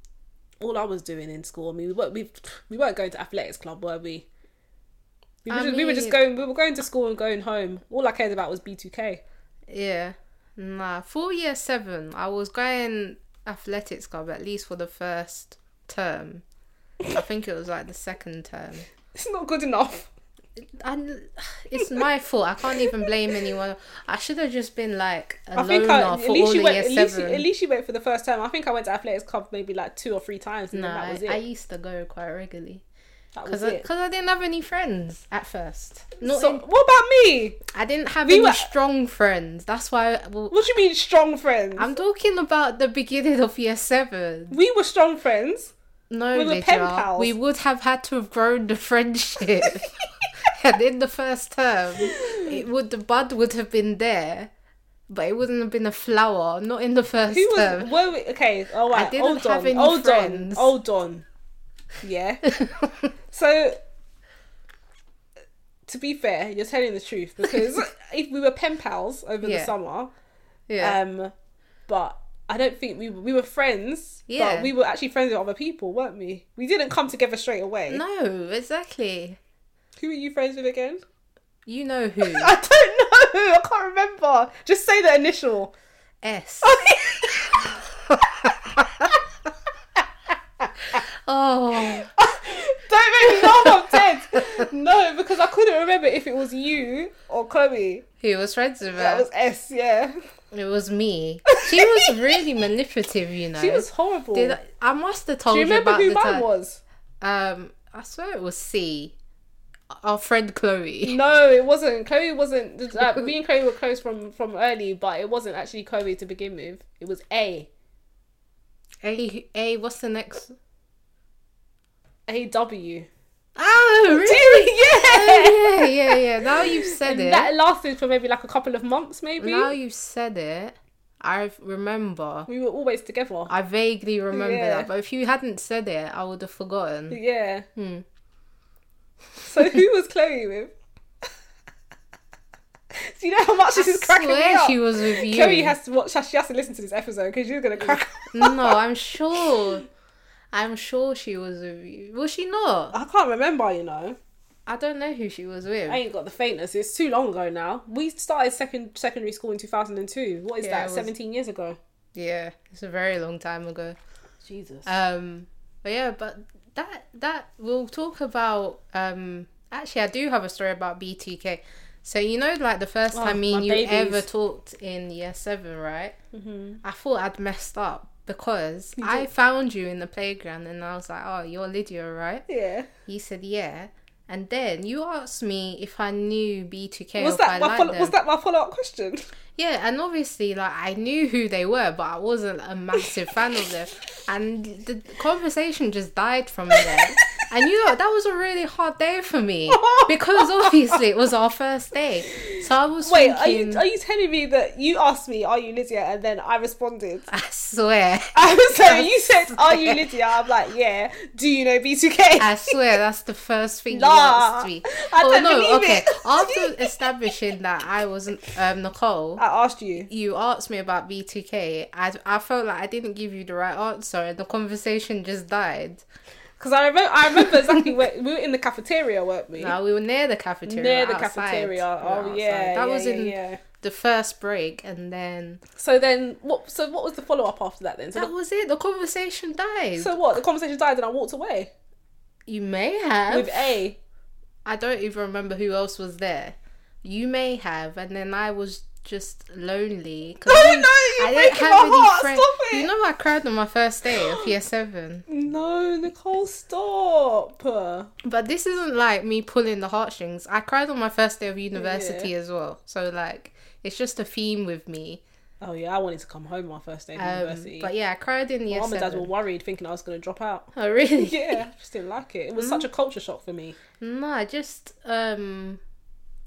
Speaker 2: all I was doing in school, I mean, we weren't, we, we weren't going to athletics club, were we? We were,
Speaker 1: I
Speaker 2: just, we were just
Speaker 1: mean-
Speaker 2: going, we were going to school and going home. All I cared about was B2K.
Speaker 1: Yeah, nah. For year seven, I was going athletics club at least for the first term. I think it was like the second term.
Speaker 2: <laughs> It's not good enough.
Speaker 1: And it's my fault. I can't even blame anyone. I should have just been like a
Speaker 2: I think I,
Speaker 1: loner
Speaker 2: at
Speaker 1: for
Speaker 2: least
Speaker 1: all
Speaker 2: you
Speaker 1: the
Speaker 2: went,
Speaker 1: year
Speaker 2: at least, you-
Speaker 1: seven.
Speaker 2: at least you went for the first time. I think I went to athletics club maybe like two or three times and
Speaker 1: No,
Speaker 2: then that was
Speaker 1: I,
Speaker 2: it.
Speaker 1: I used to go quite regularly
Speaker 2: that was
Speaker 1: because
Speaker 2: it.
Speaker 1: because I, didn't have any friends at first. Not
Speaker 2: So,
Speaker 1: in-
Speaker 2: what about me?
Speaker 1: I didn't have
Speaker 2: we
Speaker 1: any
Speaker 2: were-
Speaker 1: strong friends. That's why. Well,
Speaker 2: What do you mean strong friends?
Speaker 1: I'm talking about the beginning of year seven.
Speaker 2: We were strong friends.
Speaker 1: No,
Speaker 2: We
Speaker 1: we,
Speaker 2: were pen pals.
Speaker 1: we would have had to have grown the
Speaker 2: <laughs>
Speaker 1: friendship. and in the first term, it would the bud would have been there, but it wouldn't have been a flower. Not in the first
Speaker 2: Who was?
Speaker 1: term.
Speaker 2: Were we, okay, all right.
Speaker 1: didn't
Speaker 2: hold
Speaker 1: have
Speaker 2: on.
Speaker 1: any
Speaker 2: hold
Speaker 1: friends.
Speaker 2: on. Hold on. Yeah. so, to be fair, you're telling the truth
Speaker 1: <laughs>
Speaker 2: because if we were pen pals over the
Speaker 1: Yeah.
Speaker 2: summer,
Speaker 1: <laughs> yeah,
Speaker 2: um, but I don't think we we were friends.
Speaker 1: Yeah.
Speaker 2: But we were actually friends with other people, weren't we? We didn't come together straight away.
Speaker 1: no, exactly.
Speaker 2: Who were you friends with again? <laughs>
Speaker 1: You know who?
Speaker 2: I don't know. I can't remember. Just say the initial. <laughs>
Speaker 1: S. <laughs> Oh,
Speaker 2: Don't make me laugh,
Speaker 1: <laughs>
Speaker 2: I'm dead. No, because I couldn't remember if it was you or Chloe.
Speaker 1: he was friends with
Speaker 2: That
Speaker 1: her.
Speaker 2: was S, yeah.
Speaker 1: It was
Speaker 2: <laughs>
Speaker 1: me. She was really manipulative, you know.
Speaker 2: She was horrible.
Speaker 1: Did I, I must have told
Speaker 2: Do you
Speaker 1: you,
Speaker 2: remember
Speaker 1: about
Speaker 2: who
Speaker 1: the
Speaker 2: mine
Speaker 1: time.
Speaker 2: was?
Speaker 1: Um, I swear it was C. Our friend Chloe.
Speaker 2: No, it wasn't. Chloe wasn't. Uh, me and Chloe were close from, from early, but it wasn't actually Chloe to begin with. It was A.
Speaker 1: A, A what's the next?
Speaker 2: AW.
Speaker 1: Oh,
Speaker 2: <laughs>
Speaker 1: really? <laughs> Oh, yeah, yeah, yeah. Now you've said it.
Speaker 2: That lasted for maybe like a couple of months, maybe.
Speaker 1: Now you've said it. I remember.
Speaker 2: We were always together.
Speaker 1: I vaguely remember
Speaker 2: Yeah.
Speaker 1: that. But if you hadn't said it, I would have forgotten.
Speaker 2: Yeah.
Speaker 1: Hmm.
Speaker 2: So who was Chloe with? <laughs> Do you know how much this is cracking me
Speaker 1: swear
Speaker 2: up?
Speaker 1: she was with you.
Speaker 2: Chloe has to watch. She has to listen to this episode because you're gonna crack.
Speaker 1: <laughs> no, I'm sure. I'm sure she was with you. Was she not?
Speaker 2: I can't remember. You know,
Speaker 1: I don't know who she was
Speaker 2: I
Speaker 1: with.
Speaker 2: ain't got the faintness. It's too long ago now. We started second secondary school in 2002. What is
Speaker 1: Yeah,
Speaker 2: that?
Speaker 1: it was-
Speaker 2: 17 years ago.
Speaker 1: Yeah, it's a very long time ago.
Speaker 2: Jesus.
Speaker 1: Um, but yeah, but that that we'll talk about. Um, actually, I do have a story about BTK. So you know, like the first
Speaker 2: Oh,
Speaker 1: time me
Speaker 2: my
Speaker 1: and you
Speaker 2: babies. Mm-hmm.
Speaker 1: ever talked in year seven, right? I thought I'd messed up because I found you in the playground and I was like, "Oh, you're Lydia, right?"
Speaker 2: yeah.
Speaker 1: You said, "Yeah." And then you asked me if I knew B2K or
Speaker 2: Was
Speaker 1: if I
Speaker 2: that my
Speaker 1: liked
Speaker 2: follow-
Speaker 1: them.
Speaker 2: was that my follow up question?
Speaker 1: Yeah, and obviously, like I knew who they were, but I wasn't a massive fan of them, and the conversation just died from there. And you know, that was a really hard day for
Speaker 2: <laughs>
Speaker 1: me because obviously it was our first day, so I was
Speaker 2: Wait, are
Speaker 1: thinking.
Speaker 2: you are you telling me that you asked me, "Are you Lydia?" and then I
Speaker 1: <laughs>
Speaker 2: responded.
Speaker 1: I swear,
Speaker 2: <laughs> I was like, you said, "Are you Lydia?" I'm like, "Yeah." Do you know B2K?
Speaker 1: I swear, that's the first thing
Speaker 2: Nah,
Speaker 1: you asked me. Oh,
Speaker 2: I don't believe
Speaker 1: okay.
Speaker 2: it.
Speaker 1: After establishing that I wasn't um, Nicole,
Speaker 2: I asked you.
Speaker 1: you asked me about B2K. I I felt like I didn't give you the right answer, and the conversation just died.
Speaker 2: Because I remember, I remember exactly where we were in the cafeteria, weren't we?
Speaker 1: No, we were near the cafeteria.
Speaker 2: Near the
Speaker 1: outside.
Speaker 2: cafeteria.
Speaker 1: We were
Speaker 2: Oh
Speaker 1: outside.
Speaker 2: yeah,
Speaker 1: that was in
Speaker 2: Yeah.
Speaker 1: the first break, and then
Speaker 2: So then, what? So what was the follow up after that then? So,
Speaker 1: that was it. The conversation died.
Speaker 2: the, so what? The conversation died, and I walked away
Speaker 1: you may have.
Speaker 2: with e- A.
Speaker 1: I don't even remember who else was there. You may have, and then I was just lonely. 'cause
Speaker 2: No,
Speaker 1: we-
Speaker 2: no, you're breaking my heart,
Speaker 1: friend-
Speaker 2: stop it.
Speaker 1: You know, I cried on my first day of
Speaker 2: <gasps>
Speaker 1: year seven.
Speaker 2: No, Nicole, stop. Oh,
Speaker 1: But this isn't like me pulling the heartstrings. I cried on my first day of university as well. So like, it's just a theme with me.
Speaker 2: Oh yeah, I wanted to come home my first day at
Speaker 1: Um,
Speaker 2: university.
Speaker 1: but yeah, I cried in
Speaker 2: my
Speaker 1: year
Speaker 2: mum and dad were
Speaker 1: seven.
Speaker 2: worried, thinking I was going to drop out.
Speaker 1: Oh <laughs> really?
Speaker 2: <laughs> yeah, I just didn't like it. It was such
Speaker 1: Mm.
Speaker 2: a culture shock for me.
Speaker 1: No, I just um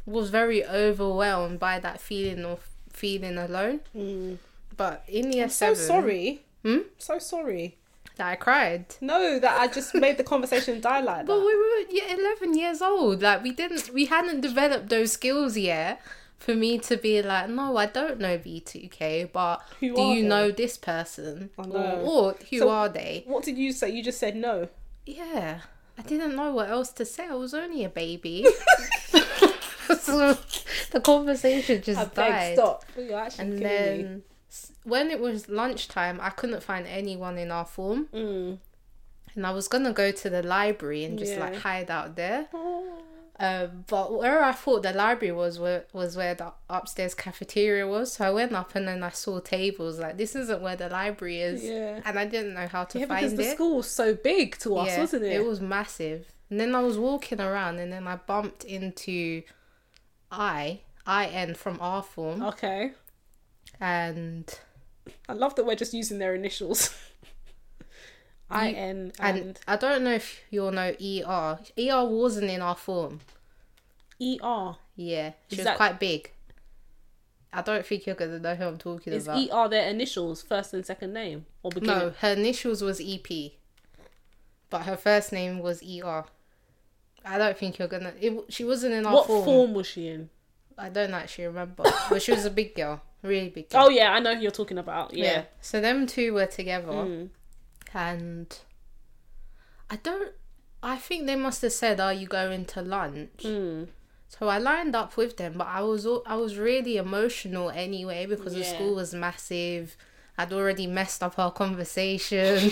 Speaker 1: was very overwhelmed by that feeling of feeling alone. But in year
Speaker 2: I'm so
Speaker 1: seven,
Speaker 2: sorry.
Speaker 1: Hmm?
Speaker 2: So sorry.
Speaker 1: that I cried.
Speaker 2: No, that I just made the conversation die
Speaker 1: <laughs>
Speaker 2: like
Speaker 1: But
Speaker 2: that.
Speaker 1: we were yeah, eleven years old. Like we didn't, we hadn't developed those skills yet. For me to be like, no, I don't know B two K, but
Speaker 2: Who
Speaker 1: do
Speaker 2: are
Speaker 1: you
Speaker 2: they?"
Speaker 1: know this person
Speaker 2: I
Speaker 1: or,
Speaker 2: know.
Speaker 1: or who
Speaker 2: So-
Speaker 1: are they?
Speaker 2: What did you say? You just said no.
Speaker 1: Yeah, I didn't know what else to say. I was only a
Speaker 2: <laughs>
Speaker 1: baby. <laughs> so the conversation just
Speaker 2: I
Speaker 1: died.
Speaker 2: beg, stop. You're actually
Speaker 1: And
Speaker 2: killing me.
Speaker 1: then s when it was lunchtime, I couldn't find anyone in our form,
Speaker 2: Mm.
Speaker 1: and I was gonna go to the library and just like
Speaker 2: Yeah.
Speaker 1: hide out there.
Speaker 2: Oh.
Speaker 1: Um, but where I thought the library was where, was where the upstairs cafeteria was. So I went up and then I saw tables like this isn't where the library is,
Speaker 2: Yeah.
Speaker 1: and I didn't know how to
Speaker 2: Yeah,
Speaker 1: find
Speaker 2: because the
Speaker 1: it.
Speaker 2: school was so big to us,
Speaker 1: yeah,
Speaker 2: wasn't it?
Speaker 1: was massive. And then I was walking around, and then I bumped into I I N from our form,
Speaker 2: Okay.
Speaker 1: and
Speaker 2: I love that we're just using their initials. <laughs> I N
Speaker 1: and
Speaker 2: and
Speaker 1: I don't know if you'll know ER. ER wasn't in our form.
Speaker 2: E R.
Speaker 1: Yeah, she
Speaker 2: Is
Speaker 1: was
Speaker 2: that-
Speaker 1: quite big. I don't think you're gonna know who I'm talking
Speaker 2: Is
Speaker 1: about.
Speaker 2: E R their initials, first and second name, or beginning?
Speaker 1: No, her initials was EP, but her first name was ER. I don't think you're gonna. It, she wasn't in our
Speaker 2: What
Speaker 1: form.
Speaker 2: form. was she in?
Speaker 1: I don't actually remember, but she was a big girl, really big girl.
Speaker 2: Oh yeah, I know who you're talking about. Yeah.
Speaker 1: So them two were together,
Speaker 2: Mm.
Speaker 1: and I don't. I think they must have said, "Are you going to lunch?"
Speaker 2: Mm.
Speaker 1: So I lined up with them, but I was al- I was really emotional anyway because the
Speaker 2: Yeah.
Speaker 1: school was massive. I'd already messed up our
Speaker 2: <laughs>
Speaker 1: conversation.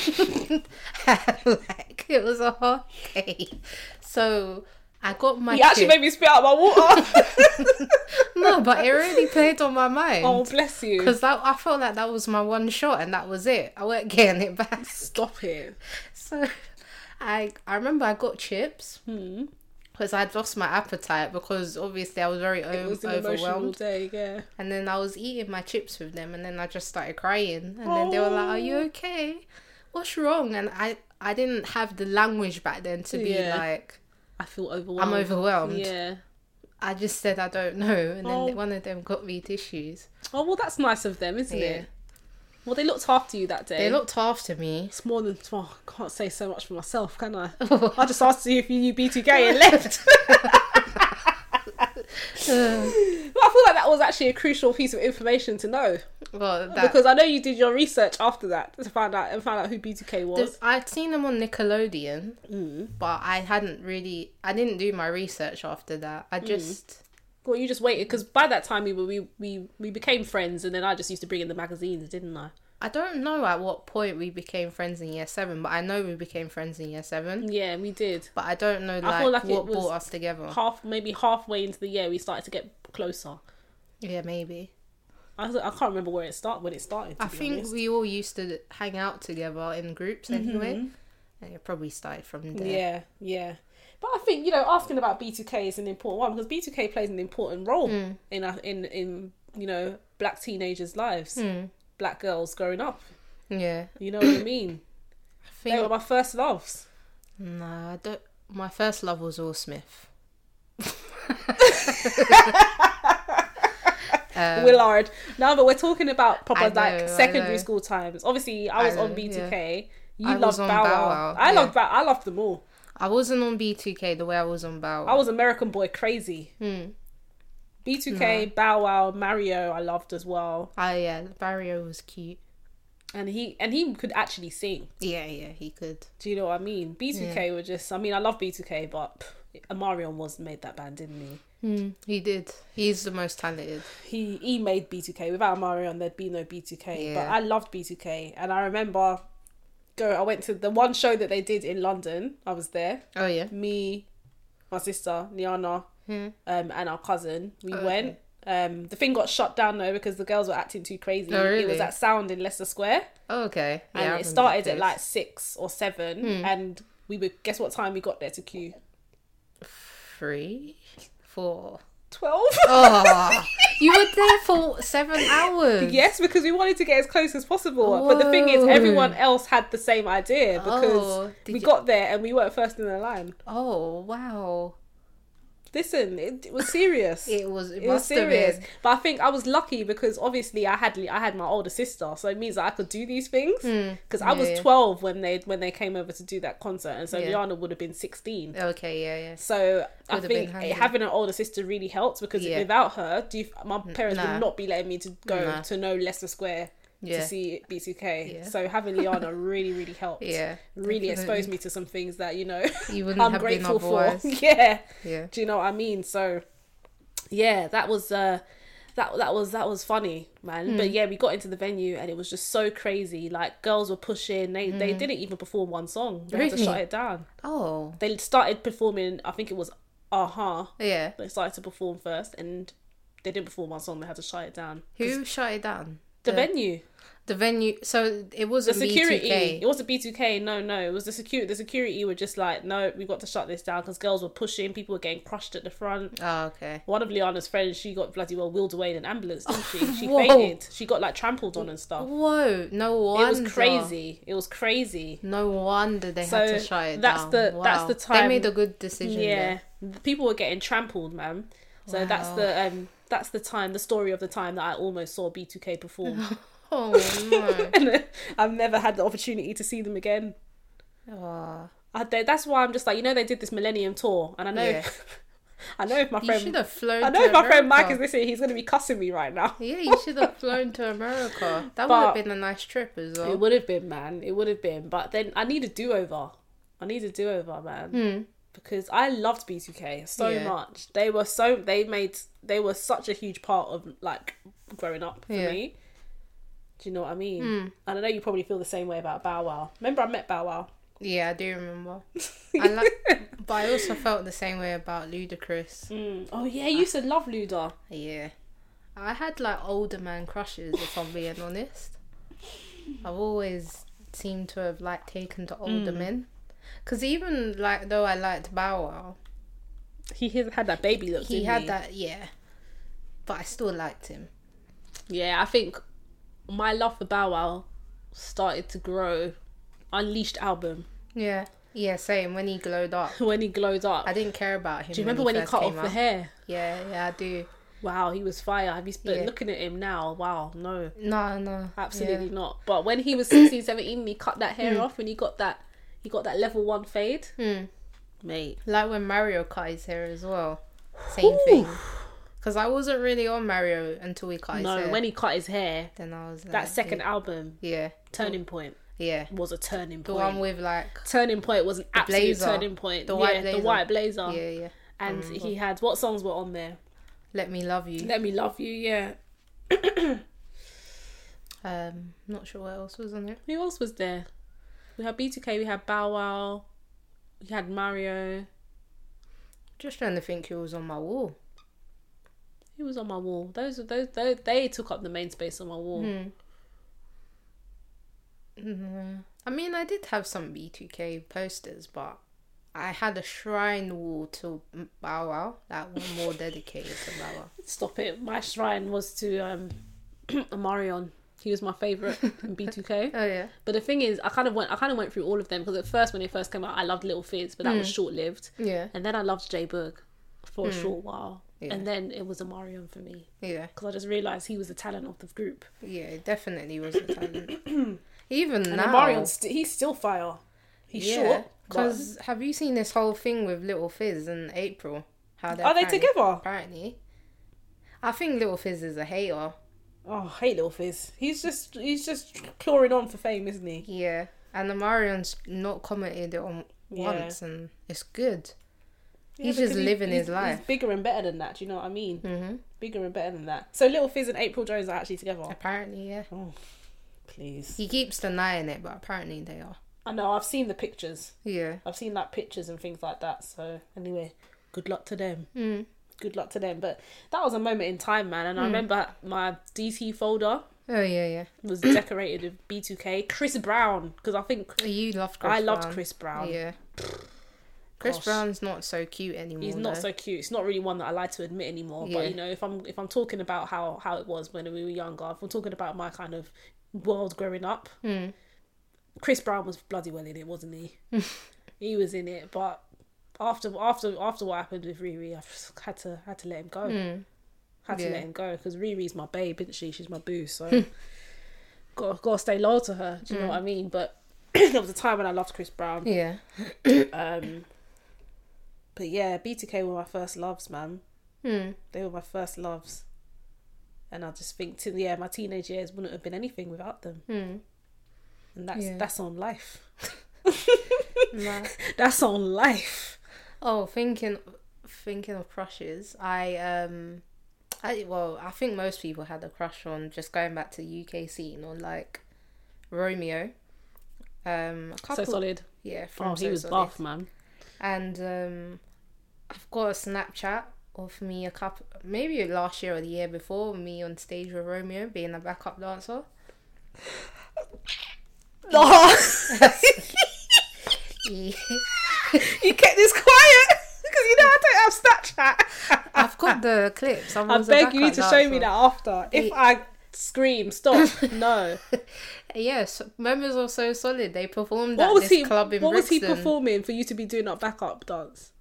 Speaker 1: <laughs> like it was a hot day. So I got my
Speaker 2: You actually
Speaker 1: chip-
Speaker 2: made me spit out my
Speaker 1: <laughs>
Speaker 2: water.
Speaker 1: no, but it really played on my
Speaker 2: <laughs> oh
Speaker 1: mind
Speaker 2: bless
Speaker 1: <laughs>
Speaker 2: you.
Speaker 1: because I felt like that was my one shot and that was it. I weren't getting it back.
Speaker 2: Stop it.
Speaker 1: So <laughs> I I remember I got chips
Speaker 2: Hmm.
Speaker 1: because I'd lost my appetite because obviously I was very
Speaker 2: It
Speaker 1: o-
Speaker 2: was an emotional
Speaker 1: overwhelmed.
Speaker 2: day. Yeah.
Speaker 1: And then I was eating my chips with them, and then I just started crying. And then they were like, "Are you okay? What's wrong?" And I, I didn't have the language back then to be
Speaker 2: Yeah.
Speaker 1: like,
Speaker 2: I feel overwhelmed.
Speaker 1: "I'm overwhelmed."
Speaker 2: Yeah.
Speaker 1: I just said, "I don't know." And then
Speaker 2: Oh.
Speaker 1: one of them got me tissues.
Speaker 2: Oh well, that's nice of them, isn't
Speaker 1: Yeah.
Speaker 2: it? Well, they looked after you that day.
Speaker 1: They looked after
Speaker 2: <laughs>
Speaker 1: me. <laughs>
Speaker 2: It's more than well, I can't say so much for myself, can I? I just asked you if you knew
Speaker 1: <laughs>
Speaker 2: B2K and left. But I feel like that was actually a crucial piece of information to know
Speaker 1: Well, that
Speaker 2: because I know you did your research after that to find out and find out who B2K was.
Speaker 1: I'd seen them on Nickelodeon,
Speaker 2: Mm.
Speaker 1: but I hadn't really. I didn't do my research after that.
Speaker 2: Mm.
Speaker 1: I just.
Speaker 2: Well, you just waited because by that time we were we, we we became friends, and then I just used to bring in the magazines, didn't I?
Speaker 1: I don't know at what point we became friends in year seven, but I know we became friends in year seven.
Speaker 2: Yeah, we did.
Speaker 1: But I don't know
Speaker 2: Mm. I
Speaker 1: like,
Speaker 2: feel like
Speaker 1: what
Speaker 2: it was-
Speaker 1: brought us together.
Speaker 2: Half maybe halfway into the year, we started to get closer.
Speaker 1: Yeah, maybe.
Speaker 2: I, I can't remember where it started when it started. To
Speaker 1: I
Speaker 2: be
Speaker 1: think
Speaker 2: honest.
Speaker 1: we all used to hang out together in groups anyway. And it probably started from there.
Speaker 2: Mm-hmm. Yeah, yeah. But I think you know asking about B2K is an important one because B2K plays an important role
Speaker 1: Hmm.
Speaker 2: in our, in in you know black teenagers' lives,
Speaker 1: Hmm.
Speaker 2: black girls growing up.
Speaker 1: Yeah.
Speaker 2: You know what I
Speaker 1: <coughs>
Speaker 2: mean?
Speaker 1: I
Speaker 2: They were
Speaker 1: think
Speaker 2: my first loves.
Speaker 1: no, I don't my first love was Will Smith. <laughs> um,
Speaker 2: Willard. No, but we're talking about
Speaker 1: I
Speaker 2: proper
Speaker 1: know, I
Speaker 2: like
Speaker 1: know.
Speaker 2: secondary school times. Obviously, I was
Speaker 1: I know,
Speaker 2: on B2K. You
Speaker 1: I
Speaker 2: loved
Speaker 1: was on
Speaker 2: Bow
Speaker 1: Bow
Speaker 2: Wow.
Speaker 1: Wow,
Speaker 2: I
Speaker 1: yeah.
Speaker 2: loved Bow. I loved them all.
Speaker 1: I wasn't on B two K the way I was on Bow.
Speaker 2: I
Speaker 1: Wow.
Speaker 2: was American boy crazy.
Speaker 1: Hmm.
Speaker 2: B2K, Bow Wow, Mario. I loved as well,
Speaker 1: Oh yeah, Barrio was cute.
Speaker 2: and he and he could actually sing.
Speaker 1: Yeah, yeah, he could.
Speaker 2: Do you know what I mean? B2K were just, I mean, I love B2K, but pff, Amarion was made that band, didn't he?
Speaker 1: Hmm, he did. He's the most talented.
Speaker 2: He he made B2K. Without Amarion, there'd be no B2K. But
Speaker 1: Yeah.
Speaker 2: I loved B2K, and I remember go. I went to the one show that they did in London. I was there.
Speaker 1: Oh yeah.
Speaker 2: Me, my sister Niana,
Speaker 1: Hmm.
Speaker 2: um, and our cousin. We
Speaker 1: Oh, okay.
Speaker 2: went. Um, the thing got shut down though because the girls were acting too crazy.
Speaker 1: Oh,
Speaker 2: It
Speaker 1: really?
Speaker 2: was at Sound in Leicester Square.
Speaker 1: Oh, okay. Yeah, I
Speaker 2: and
Speaker 1: remember Hmm.
Speaker 2: it started at
Speaker 1: this.
Speaker 2: like six or seven, and we were guess what time we got there to queue? <laughs>
Speaker 1: three, four.
Speaker 2: Twelve.
Speaker 1: Oh, You were there for seven hours.
Speaker 2: <laughs> Yes, because we wanted to get as close as possible. But the thing is, everyone else had the same idea because
Speaker 1: Oh, did
Speaker 2: we
Speaker 1: you-
Speaker 2: got there and we weren't first in the line.
Speaker 1: Oh wow.
Speaker 2: Listen, it, it was
Speaker 1: <laughs>
Speaker 2: serious.
Speaker 1: It was. It,
Speaker 2: It was
Speaker 1: must have
Speaker 2: serious,
Speaker 1: been.
Speaker 2: but I think I was lucky because obviously I had I had my older sister, so it means that I could do these things. Because I was
Speaker 1: Hmm. yeah.
Speaker 2: twelve when they when they came over to do that concert, and so
Speaker 1: Yeah.
Speaker 2: Rihanna would have been sixteen.
Speaker 1: Okay. Yeah. Yeah.
Speaker 2: So I
Speaker 1: Would have
Speaker 2: think
Speaker 1: been handy.
Speaker 2: having an older sister really helped because
Speaker 1: Yeah.
Speaker 2: without her, do you, my parents
Speaker 1: nah.
Speaker 2: would not be letting me to go
Speaker 1: Nah.
Speaker 2: to no Leicester Square
Speaker 1: Yeah.
Speaker 2: to see B2K.
Speaker 1: Yeah.
Speaker 2: So having Liana really, really helped.
Speaker 1: Yeah.
Speaker 2: Really
Speaker 1: definitely.
Speaker 2: exposed me to some things that you know
Speaker 1: <laughs> You wouldn't
Speaker 2: I'm
Speaker 1: have been
Speaker 2: grateful for.
Speaker 1: otherwise.
Speaker 2: <laughs> yeah,
Speaker 1: Yeah.
Speaker 2: do you know what I mean? So yeah, that was uh that that was that was funny, man.
Speaker 1: Hmm.
Speaker 2: But yeah, we got into the venue and it was just so crazy. Like girls were pushing. They they didn't even perform one song. They had to
Speaker 1: Hmm. Really?
Speaker 2: shut it down
Speaker 1: Oh.
Speaker 2: they started performing. I think it was Aha.
Speaker 1: Yeah.
Speaker 2: They started to perform first, and they didn't perform one song. They had to shut it down.
Speaker 1: Who shut it down?
Speaker 2: The venue,
Speaker 1: The venue. So it
Speaker 2: the
Speaker 1: wasn't
Speaker 2: security.
Speaker 1: B2K.
Speaker 2: It wasn't B2K. No, no, it was the security. The security were just like, no, we've got to shut this down because girls were pushing. People were getting crushed at the front.
Speaker 1: Oh, okay.
Speaker 2: One of Liana's friends, she got bloody well wheeled away in an ambulance, didn't she?
Speaker 1: <laughs>
Speaker 2: She
Speaker 1: Whoa.
Speaker 2: fainted. She got like trampled on and stuff.
Speaker 1: Whoa. No
Speaker 2: It
Speaker 1: wonder.
Speaker 2: was crazy. It was crazy.
Speaker 1: No wonder they had to
Speaker 2: So
Speaker 1: shut it
Speaker 2: that's
Speaker 1: down.
Speaker 2: the-
Speaker 1: wow.
Speaker 2: that's the
Speaker 1: They
Speaker 2: time-
Speaker 1: made a good decision.
Speaker 2: Yeah, <laughs>
Speaker 1: there.
Speaker 2: the people were getting trampled, man. So that's the um that's the time, the story of the time that I almost saw B2K perform.
Speaker 1: <laughs> Oh no.
Speaker 2: <laughs> and uh, I've never had the opportunity to see them again.
Speaker 1: Wow.
Speaker 2: I, they, that's why I'm just like, you know, they did this Millennium tour, and I know,
Speaker 1: Yeah.
Speaker 2: <laughs> I know if my
Speaker 1: You should
Speaker 2: friend,
Speaker 1: have flown.
Speaker 2: I know
Speaker 1: to
Speaker 2: if my friend Mike
Speaker 1: America.
Speaker 2: is listening, he's gonna be cussing me right now.
Speaker 1: Yeah, you should have flown to America. That
Speaker 2: But-
Speaker 1: would have been a nice trip as well.
Speaker 2: It would have been, man. It would have been, but then I need a do over. I need a do over, man. Because I loved B2K so
Speaker 1: Hmm. Yeah.
Speaker 2: much. They were so they made they were such a huge part of like growing up for
Speaker 1: Yeah. Hmm.
Speaker 2: me. Do you know what I mean? And I know you probably feel the same way about Bow Wow. Remember, I met Bow Wow.
Speaker 1: Yeah, I do
Speaker 2: <laughs>
Speaker 1: remember. I like, but I also felt the same way about Ludacris.
Speaker 2: Mm. Oh yeah, you used to love Luda.
Speaker 1: Yeah, I had like older man crushes. If I'm being honest, I've always seemed to have like taken to older
Speaker 2: Mm.
Speaker 1: men. Cause even like though I liked Bow Wow,
Speaker 2: He has- had that baby look.
Speaker 1: he
Speaker 2: didn't
Speaker 1: had that yeah, but I still liked him.
Speaker 2: Yeah, I think my love for Bow Wow started to grow. Unleashed album <laughs>
Speaker 1: Yeah, yeah, same when he glowed up.
Speaker 2: when he glowed up.
Speaker 1: I didn't care about him.
Speaker 2: Do you remember when he,
Speaker 1: first
Speaker 2: cut off
Speaker 1: came
Speaker 2: the
Speaker 1: out.
Speaker 2: hair?
Speaker 1: Yeah, yeah, I do.
Speaker 2: Wow, he was fire. Have you but
Speaker 1: Yeah.
Speaker 2: looking at him now? Wow, no,
Speaker 1: No, no,
Speaker 2: absolutely not. But when he
Speaker 1: <coughs>
Speaker 2: was 16, 17, he cut that
Speaker 1: Hmm.
Speaker 2: hair off and he got that he got that level one fade.
Speaker 1: Mm.
Speaker 2: Mate.
Speaker 1: Like when Mario cut his hair as well. Same
Speaker 2: Ooh.
Speaker 1: thing. Because I wasn't really on Mario until he cut his
Speaker 2: No,
Speaker 1: hair.
Speaker 2: when he cut his hair,
Speaker 1: then I was like,
Speaker 2: that second album,
Speaker 1: Yeah,
Speaker 2: Turning Point,
Speaker 1: yeah.
Speaker 2: was a turning
Speaker 1: The
Speaker 2: point.
Speaker 1: one with like.
Speaker 2: turning point was an absolute
Speaker 1: blazer.
Speaker 2: turning point.
Speaker 1: The
Speaker 2: yeah,
Speaker 1: white
Speaker 2: the
Speaker 1: blazer.
Speaker 2: white blazer.
Speaker 1: Yeah, Mm. yeah.
Speaker 2: And he had what songs were on there?
Speaker 1: Let me love you.
Speaker 2: Let me love you, yeah.
Speaker 1: Um, not sure what else was on it.
Speaker 2: Who else was there? We had B2K, we had Bow Wow, we had Mario.
Speaker 1: Just trying to think who was on my wall.
Speaker 2: Who was on my wall? Those those, those they took up the main space on my wall.
Speaker 1: Hmm. Mhm. I mean, I did have some B2K posters, but I had a shrine wall to Bow Wow that was
Speaker 2: <laughs>
Speaker 1: more dedicated to Bow Wow.
Speaker 2: Stop it. My shrine was to um <clears throat> Amarion. He was my favourite
Speaker 1: <laughs>
Speaker 2: in B2K.
Speaker 1: Oh, yeah.
Speaker 2: But the thing is, I kind of went, I kind of went through all of them because at first, when they first came out, I loved Little Fizz, but that
Speaker 1: Hmm.
Speaker 2: was short lived.
Speaker 1: Yeah.
Speaker 2: And then I loved Jay Boog for a short while.
Speaker 1: Hmm. Yeah.
Speaker 2: And then it was Amarion for me
Speaker 1: Yeah.
Speaker 2: because I just realised he was the talent of the group.
Speaker 1: Yeah, it definitely was a talent.
Speaker 2: <coughs>
Speaker 1: Even
Speaker 2: And
Speaker 1: now,
Speaker 2: Amarion's st- he's still fire. He's
Speaker 1: yeah,
Speaker 2: short. Because
Speaker 1: because have you seen this whole thing with Little Fizz and April? How
Speaker 2: are they
Speaker 1: apparently-
Speaker 2: together?
Speaker 1: Apparently, I think Little Fizz is a hater.
Speaker 2: Oh, I hate Little Fizz. He's just he's just clawing on for fame, isn't he?
Speaker 1: Yeah, and the Marion's not commented it on
Speaker 2: Yeah.
Speaker 1: once, and it's good.
Speaker 2: Yeah,
Speaker 1: he's
Speaker 2: because
Speaker 1: just
Speaker 2: he-
Speaker 1: living
Speaker 2: he's-
Speaker 1: his life.
Speaker 2: He's bigger and better than that. Do you know what I mean?
Speaker 1: Mhm.
Speaker 2: Bigger and better than that. So Little Fizz and April Jones are actually together.
Speaker 1: Apparently, yeah.
Speaker 2: Please.
Speaker 1: He keeps denying it, but apparently they are.
Speaker 2: I know. I've seen the pictures.
Speaker 1: Yeah.
Speaker 2: I've seen like pictures and things like that. So anyway, good luck to them.
Speaker 1: Mm.
Speaker 2: Good luck to them. But that was a moment in time, man. And I remember my DT folder
Speaker 1: Oh yeah, yeah.
Speaker 2: was decorated with B2K, Chris Brown, because I think
Speaker 1: You loved Chris.
Speaker 2: I loved
Speaker 1: Brown.
Speaker 2: Chris Brown.
Speaker 1: Yeah. Chris
Speaker 2: gosh.
Speaker 1: Brown's not so cute anymore.
Speaker 2: He's not
Speaker 1: though.
Speaker 2: so cute. It's not really one that I like to admit anymore.
Speaker 1: Yeah.
Speaker 2: But you know, if I'm if I'm talking about how how it was when we were younger, if I'm talking about my kind of world growing up,
Speaker 1: Hmm.
Speaker 2: Chris Brown was bloody well in it,
Speaker 1: <laughs>
Speaker 2: wasn't he? he was in it, but after after after what happened with Riri, I just had to had to let him go. Had
Speaker 1: Hmm. Yeah. Hmm.
Speaker 2: to let him go because Riri's my babe, isn't she? She's my boo, so got got to stay loyal to her. Do you know what I mean? But <clears throat> there was a time when I loved Chris Brown.
Speaker 1: Yeah.
Speaker 2: Um, but yeah, BTK were my first loves, man. <laughs>
Speaker 1: Hmm.
Speaker 2: They were my first loves, and I just think, to, yeah, my teenage years wouldn't have been anything without them,
Speaker 1: Hmm.
Speaker 2: and that's
Speaker 1: Yeah.
Speaker 2: that's on life. <laughs>
Speaker 1: Nah.
Speaker 2: That's on life.
Speaker 1: Oh, thinking thinking of crushes, I um I well, I think most people had a crush on just going back to the UK scene on like Romeo. Um a couple
Speaker 2: So solid.
Speaker 1: yeah, from
Speaker 2: Oh, he
Speaker 1: So
Speaker 2: was
Speaker 1: Solid.
Speaker 2: buff, man.
Speaker 1: And um I've got a Snapchat of me a couple maybe last year or the year before, me on stage with Romeo being a backup dancer. <laughs> Yeah.
Speaker 2: you kept this quiet <laughs> because you know I don't have <laughs> Snapchat.
Speaker 1: I've got the clips.
Speaker 2: I beg you to show me that after. If
Speaker 1: Yeah.
Speaker 2: I scream, stop. <laughs> No.
Speaker 1: Yes, members of So Solid. They performed
Speaker 2: What
Speaker 1: at
Speaker 2: was
Speaker 1: this
Speaker 2: he?
Speaker 1: club in
Speaker 2: What was he
Speaker 1: Brixton.
Speaker 2: performing for you to be doing that backup dance?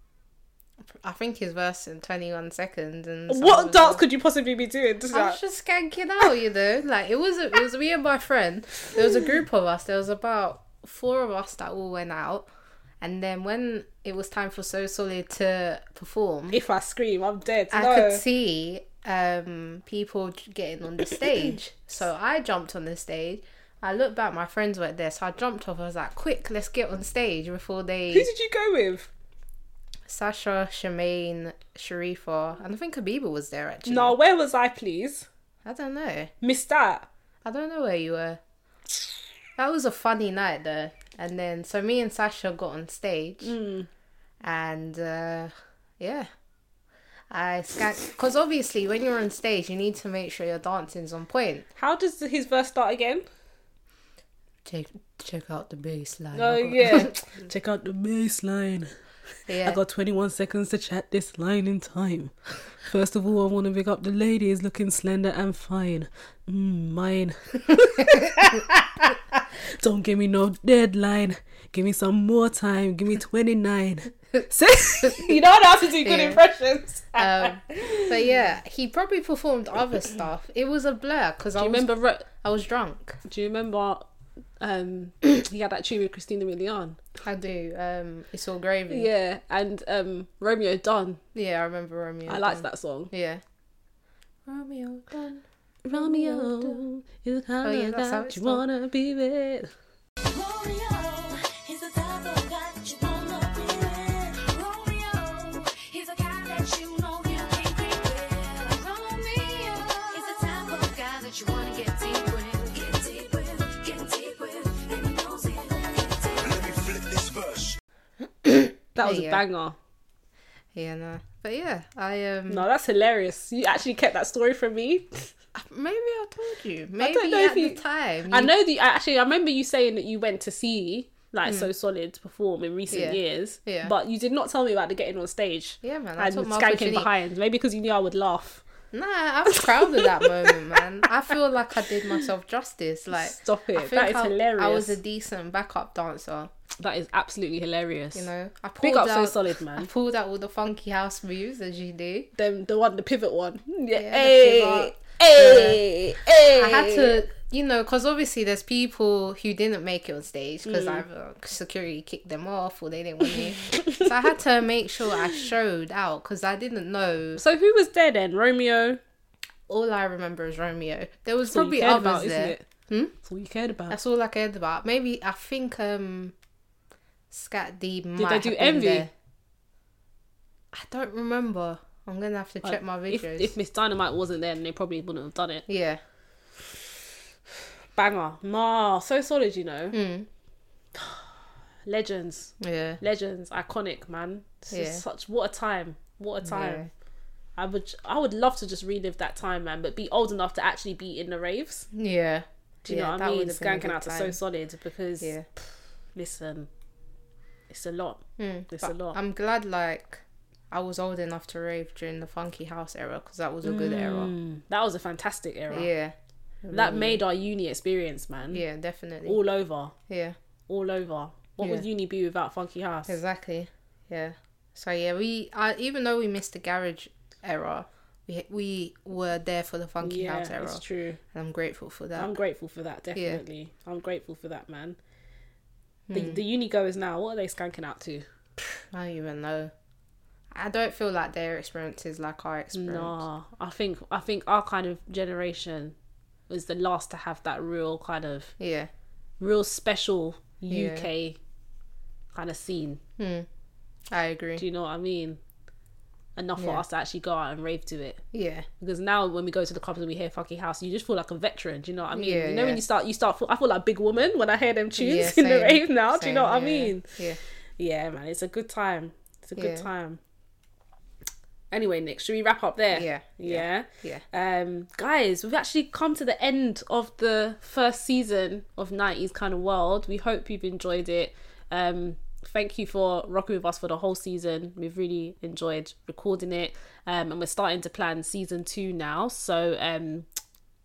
Speaker 1: I think his verse in 21 seconds. And someone
Speaker 2: What
Speaker 1: was
Speaker 2: dance
Speaker 1: like-
Speaker 2: could you possibly be doing? Just
Speaker 1: I
Speaker 2: like-
Speaker 1: was just skanking out, you know. Like it was, a, it was me and my friend. There was a group of us. There was about four of us that all went out, and then when it was time for So Solid to perform,
Speaker 2: if I scream, I'm dead.
Speaker 1: I
Speaker 2: no.
Speaker 1: could see um, people j- getting on
Speaker 2: <coughs>
Speaker 1: the stage. So I jumped on the stage. I looked back, my friends were there, so I jumped off. I was like, quick, let's get on stage before
Speaker 2: Who
Speaker 1: they.
Speaker 2: did you go with?
Speaker 1: Sasha, Shemaine, Sharifa, and I think Habiba was there actually.
Speaker 2: No, where was I, please?
Speaker 1: I don't know.
Speaker 2: Missed that.
Speaker 1: I don't know where you were. That was a funny night though. And then, so me and Sasha got on stage, and uh, yeah, I scanned because obviously when you're on stage, you need to make sure your dancing's on point.
Speaker 2: How does his verse start again?
Speaker 1: Check check out the bass line.
Speaker 2: Oh,
Speaker 1: I got- <laughs>
Speaker 2: yeah. Check out the bass line.
Speaker 1: yeah.
Speaker 2: 21 seconds to chat this line in time. First of all, I want to pick up the ladies looking slender and fine. Mm, <laughs> mine. Don't give me no deadline. Give me some more time. Give me <laughs> 29. you know how to do good
Speaker 1: Yeah.
Speaker 2: impressions.
Speaker 1: um, but yeah, he probably performed other stuff. It was a blur because I was,
Speaker 2: remember Ro-
Speaker 1: I was drunk.
Speaker 2: Do you remember um he had that tune with Christina Milian?
Speaker 1: I do. Um, it's all gravy. Yeah,
Speaker 2: Yeah, and um Romeo Dunn.
Speaker 1: I remember Romeo.
Speaker 2: I liked that song.
Speaker 1: Yeah. Romeo done.
Speaker 2: Romeo, you kind
Speaker 1: Oh, yeah,
Speaker 2: of
Speaker 1: that's how it's
Speaker 2: that you
Speaker 1: done.
Speaker 2: wanna be with.
Speaker 3: Romeo, he's the type of guy that you wanna be with. Romeo, he's a guy that you know you can't be with. Romeo, he's the type of guy that you wanna get deep with. Get deep with, get deep with, and he knows it. Get deep with.
Speaker 4: Let me flip this verse.
Speaker 2: That was
Speaker 1: Yeah.
Speaker 2: a banger.
Speaker 1: Yeah, no. But yeah, I um
Speaker 2: No, that's hilarious. You actually kept that story from me.
Speaker 1: maybe I told you. Maybe
Speaker 2: know if
Speaker 1: at
Speaker 2: you-
Speaker 1: the time.
Speaker 2: I
Speaker 1: you-
Speaker 2: know that you- actually I remember you saying that you went to see like So Solid perform in recent
Speaker 1: Mm. Yeah.
Speaker 2: years.
Speaker 1: Yeah.
Speaker 2: But you did not tell me about the getting on stage.
Speaker 1: Yeah, man, I
Speaker 2: And
Speaker 1: took my
Speaker 2: skanking
Speaker 1: opportunity.
Speaker 2: behind. Maybe because you knew I would laugh.
Speaker 1: Nah, I was proud of that
Speaker 2: <laughs>
Speaker 1: moment, man. I feel like I did myself justice. Like
Speaker 2: Stop it.
Speaker 1: I
Speaker 2: That is
Speaker 1: I, I was
Speaker 2: hilarious.
Speaker 1: a decent backup dancer.
Speaker 2: That is absolutely hilarious.
Speaker 1: You know, I pulled
Speaker 2: Big up
Speaker 1: out
Speaker 2: So Solid, man.
Speaker 1: I pulled out all the funky house moves as you do.
Speaker 2: them the one the pivot one. Yeah.
Speaker 1: Mm, the
Speaker 2: Hey,
Speaker 1: pivot.
Speaker 2: hey, hey.
Speaker 1: I had to, you know, because obviously there's people who didn't make it on stage
Speaker 2: Mm.
Speaker 1: because either security kicked them off or they didn't want me. so I had to make sure I showed out because I didn't know.
Speaker 2: So who was there then? Romeo.
Speaker 1: All I remember is Romeo. There was
Speaker 2: That's all
Speaker 1: probably
Speaker 2: you cared
Speaker 1: others Hmm?
Speaker 2: about,
Speaker 1: there.
Speaker 2: isn't it? That's all you cared about.
Speaker 1: That's all I cared about. Maybe I think um, Scat D might
Speaker 2: they
Speaker 1: have
Speaker 2: do
Speaker 1: been
Speaker 2: Envy?
Speaker 1: there. I don't remember. I'm gonna have to check my
Speaker 2: If,
Speaker 1: videos.
Speaker 2: if Miss Dynamite wasn't there, then they probably wouldn't have done it.
Speaker 1: yeah,
Speaker 2: Banger. Ma, so solid, you know.
Speaker 1: Hmm.
Speaker 2: <sighs> Legends.
Speaker 1: yeah,
Speaker 2: Legends. Iconic, man. This
Speaker 1: Yeah.
Speaker 2: is such what a time. What a time.
Speaker 1: Yeah.
Speaker 2: I would I would love to just relive that time, man, but be old enough to actually be in the raves.
Speaker 1: yeah.
Speaker 2: Do you
Speaker 1: Yeah,
Speaker 2: know what
Speaker 1: that
Speaker 2: I mean?
Speaker 1: would've been a
Speaker 2: Skanking
Speaker 1: good
Speaker 2: out to so
Speaker 1: time.
Speaker 2: solid because
Speaker 1: Yeah.
Speaker 2: listen, it's a lot.
Speaker 1: Mm,
Speaker 2: It's
Speaker 1: but
Speaker 2: a lot.
Speaker 1: I'm glad like I was old enough to rave during the funky house era because that was a good era.
Speaker 2: Hmm. That was a fantastic era.
Speaker 1: Yeah,
Speaker 2: That made our uni experience, man.
Speaker 1: yeah, definitely.
Speaker 2: All over,
Speaker 1: yeah,
Speaker 2: all over. What would
Speaker 1: Yeah.
Speaker 2: uni be without Funky House?
Speaker 1: exactly. Yeah. So yeah, we I, even though we missed the garage era, we we were there for the funky
Speaker 2: yeah,
Speaker 1: house era,
Speaker 2: it's true. Um,
Speaker 1: and I'm grateful for that.
Speaker 2: I'm grateful for that. Definitely, I'm grateful for that, man. The,
Speaker 1: Hmm.
Speaker 2: the uni goers now, what are they skanking out to?
Speaker 1: I don't even know. I don't feel like their experience is like our experience.
Speaker 2: Nah, I think I think our kind of generation was the last to have that real kind of
Speaker 1: Yeah.
Speaker 2: real special
Speaker 1: Yeah.
Speaker 2: UK kind of scene.
Speaker 1: I agree.
Speaker 2: Do you know what I mean? Enough for
Speaker 1: Yeah.
Speaker 2: us to actually go out and rave to it. <laughs>
Speaker 1: Yeah.
Speaker 2: Because now when we go to the clubs and we hear "Funky House," you just feel like a veteran. Do you know what I mean?
Speaker 1: Yeah,
Speaker 2: you know when
Speaker 1: yeah.
Speaker 2: you start, you start. Feel, I feel like a big woman when I hear them tunes
Speaker 1: yeah,
Speaker 2: in the
Speaker 1: same,
Speaker 2: rave now. do you
Speaker 1: same,
Speaker 2: know what I
Speaker 1: yeah,
Speaker 2: mean?
Speaker 1: Yeah.
Speaker 2: Yeah, man, it's a good time. It's a good
Speaker 1: Yeah.
Speaker 2: time. Anyway, Nick, should we wrap up there?
Speaker 1: Yeah,
Speaker 2: Yeah.
Speaker 1: Yeah.
Speaker 2: Um, guys, we've actually come to the end of the first season of 90s kind of world. We hope you've enjoyed it. Um, thank you for rocking with us for the whole season. We've really enjoyed recording it. Um, and we're starting to plan season two now. So, um,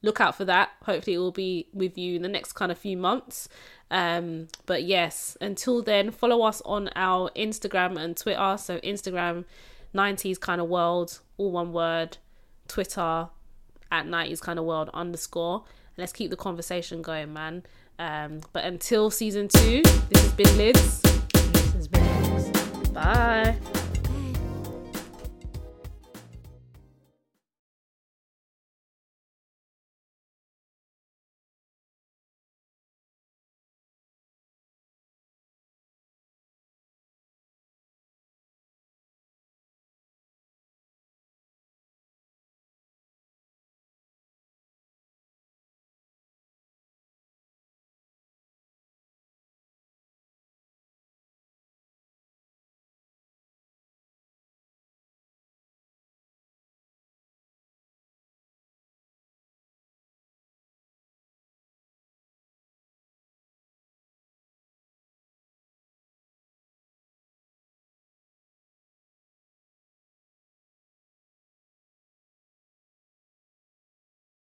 Speaker 2: look out for that. Hopefully, it will be with you in the next kind of few months. Um, but yes, until then, follow us on our Instagram and Twitter. So, Instagram, 90s kind of world, all one word, Twitter at 90s kind of world underscore. And let's keep the conversation going, man. Um, but until season two, this has been Lids.
Speaker 1: This has been nice.
Speaker 2: Bye.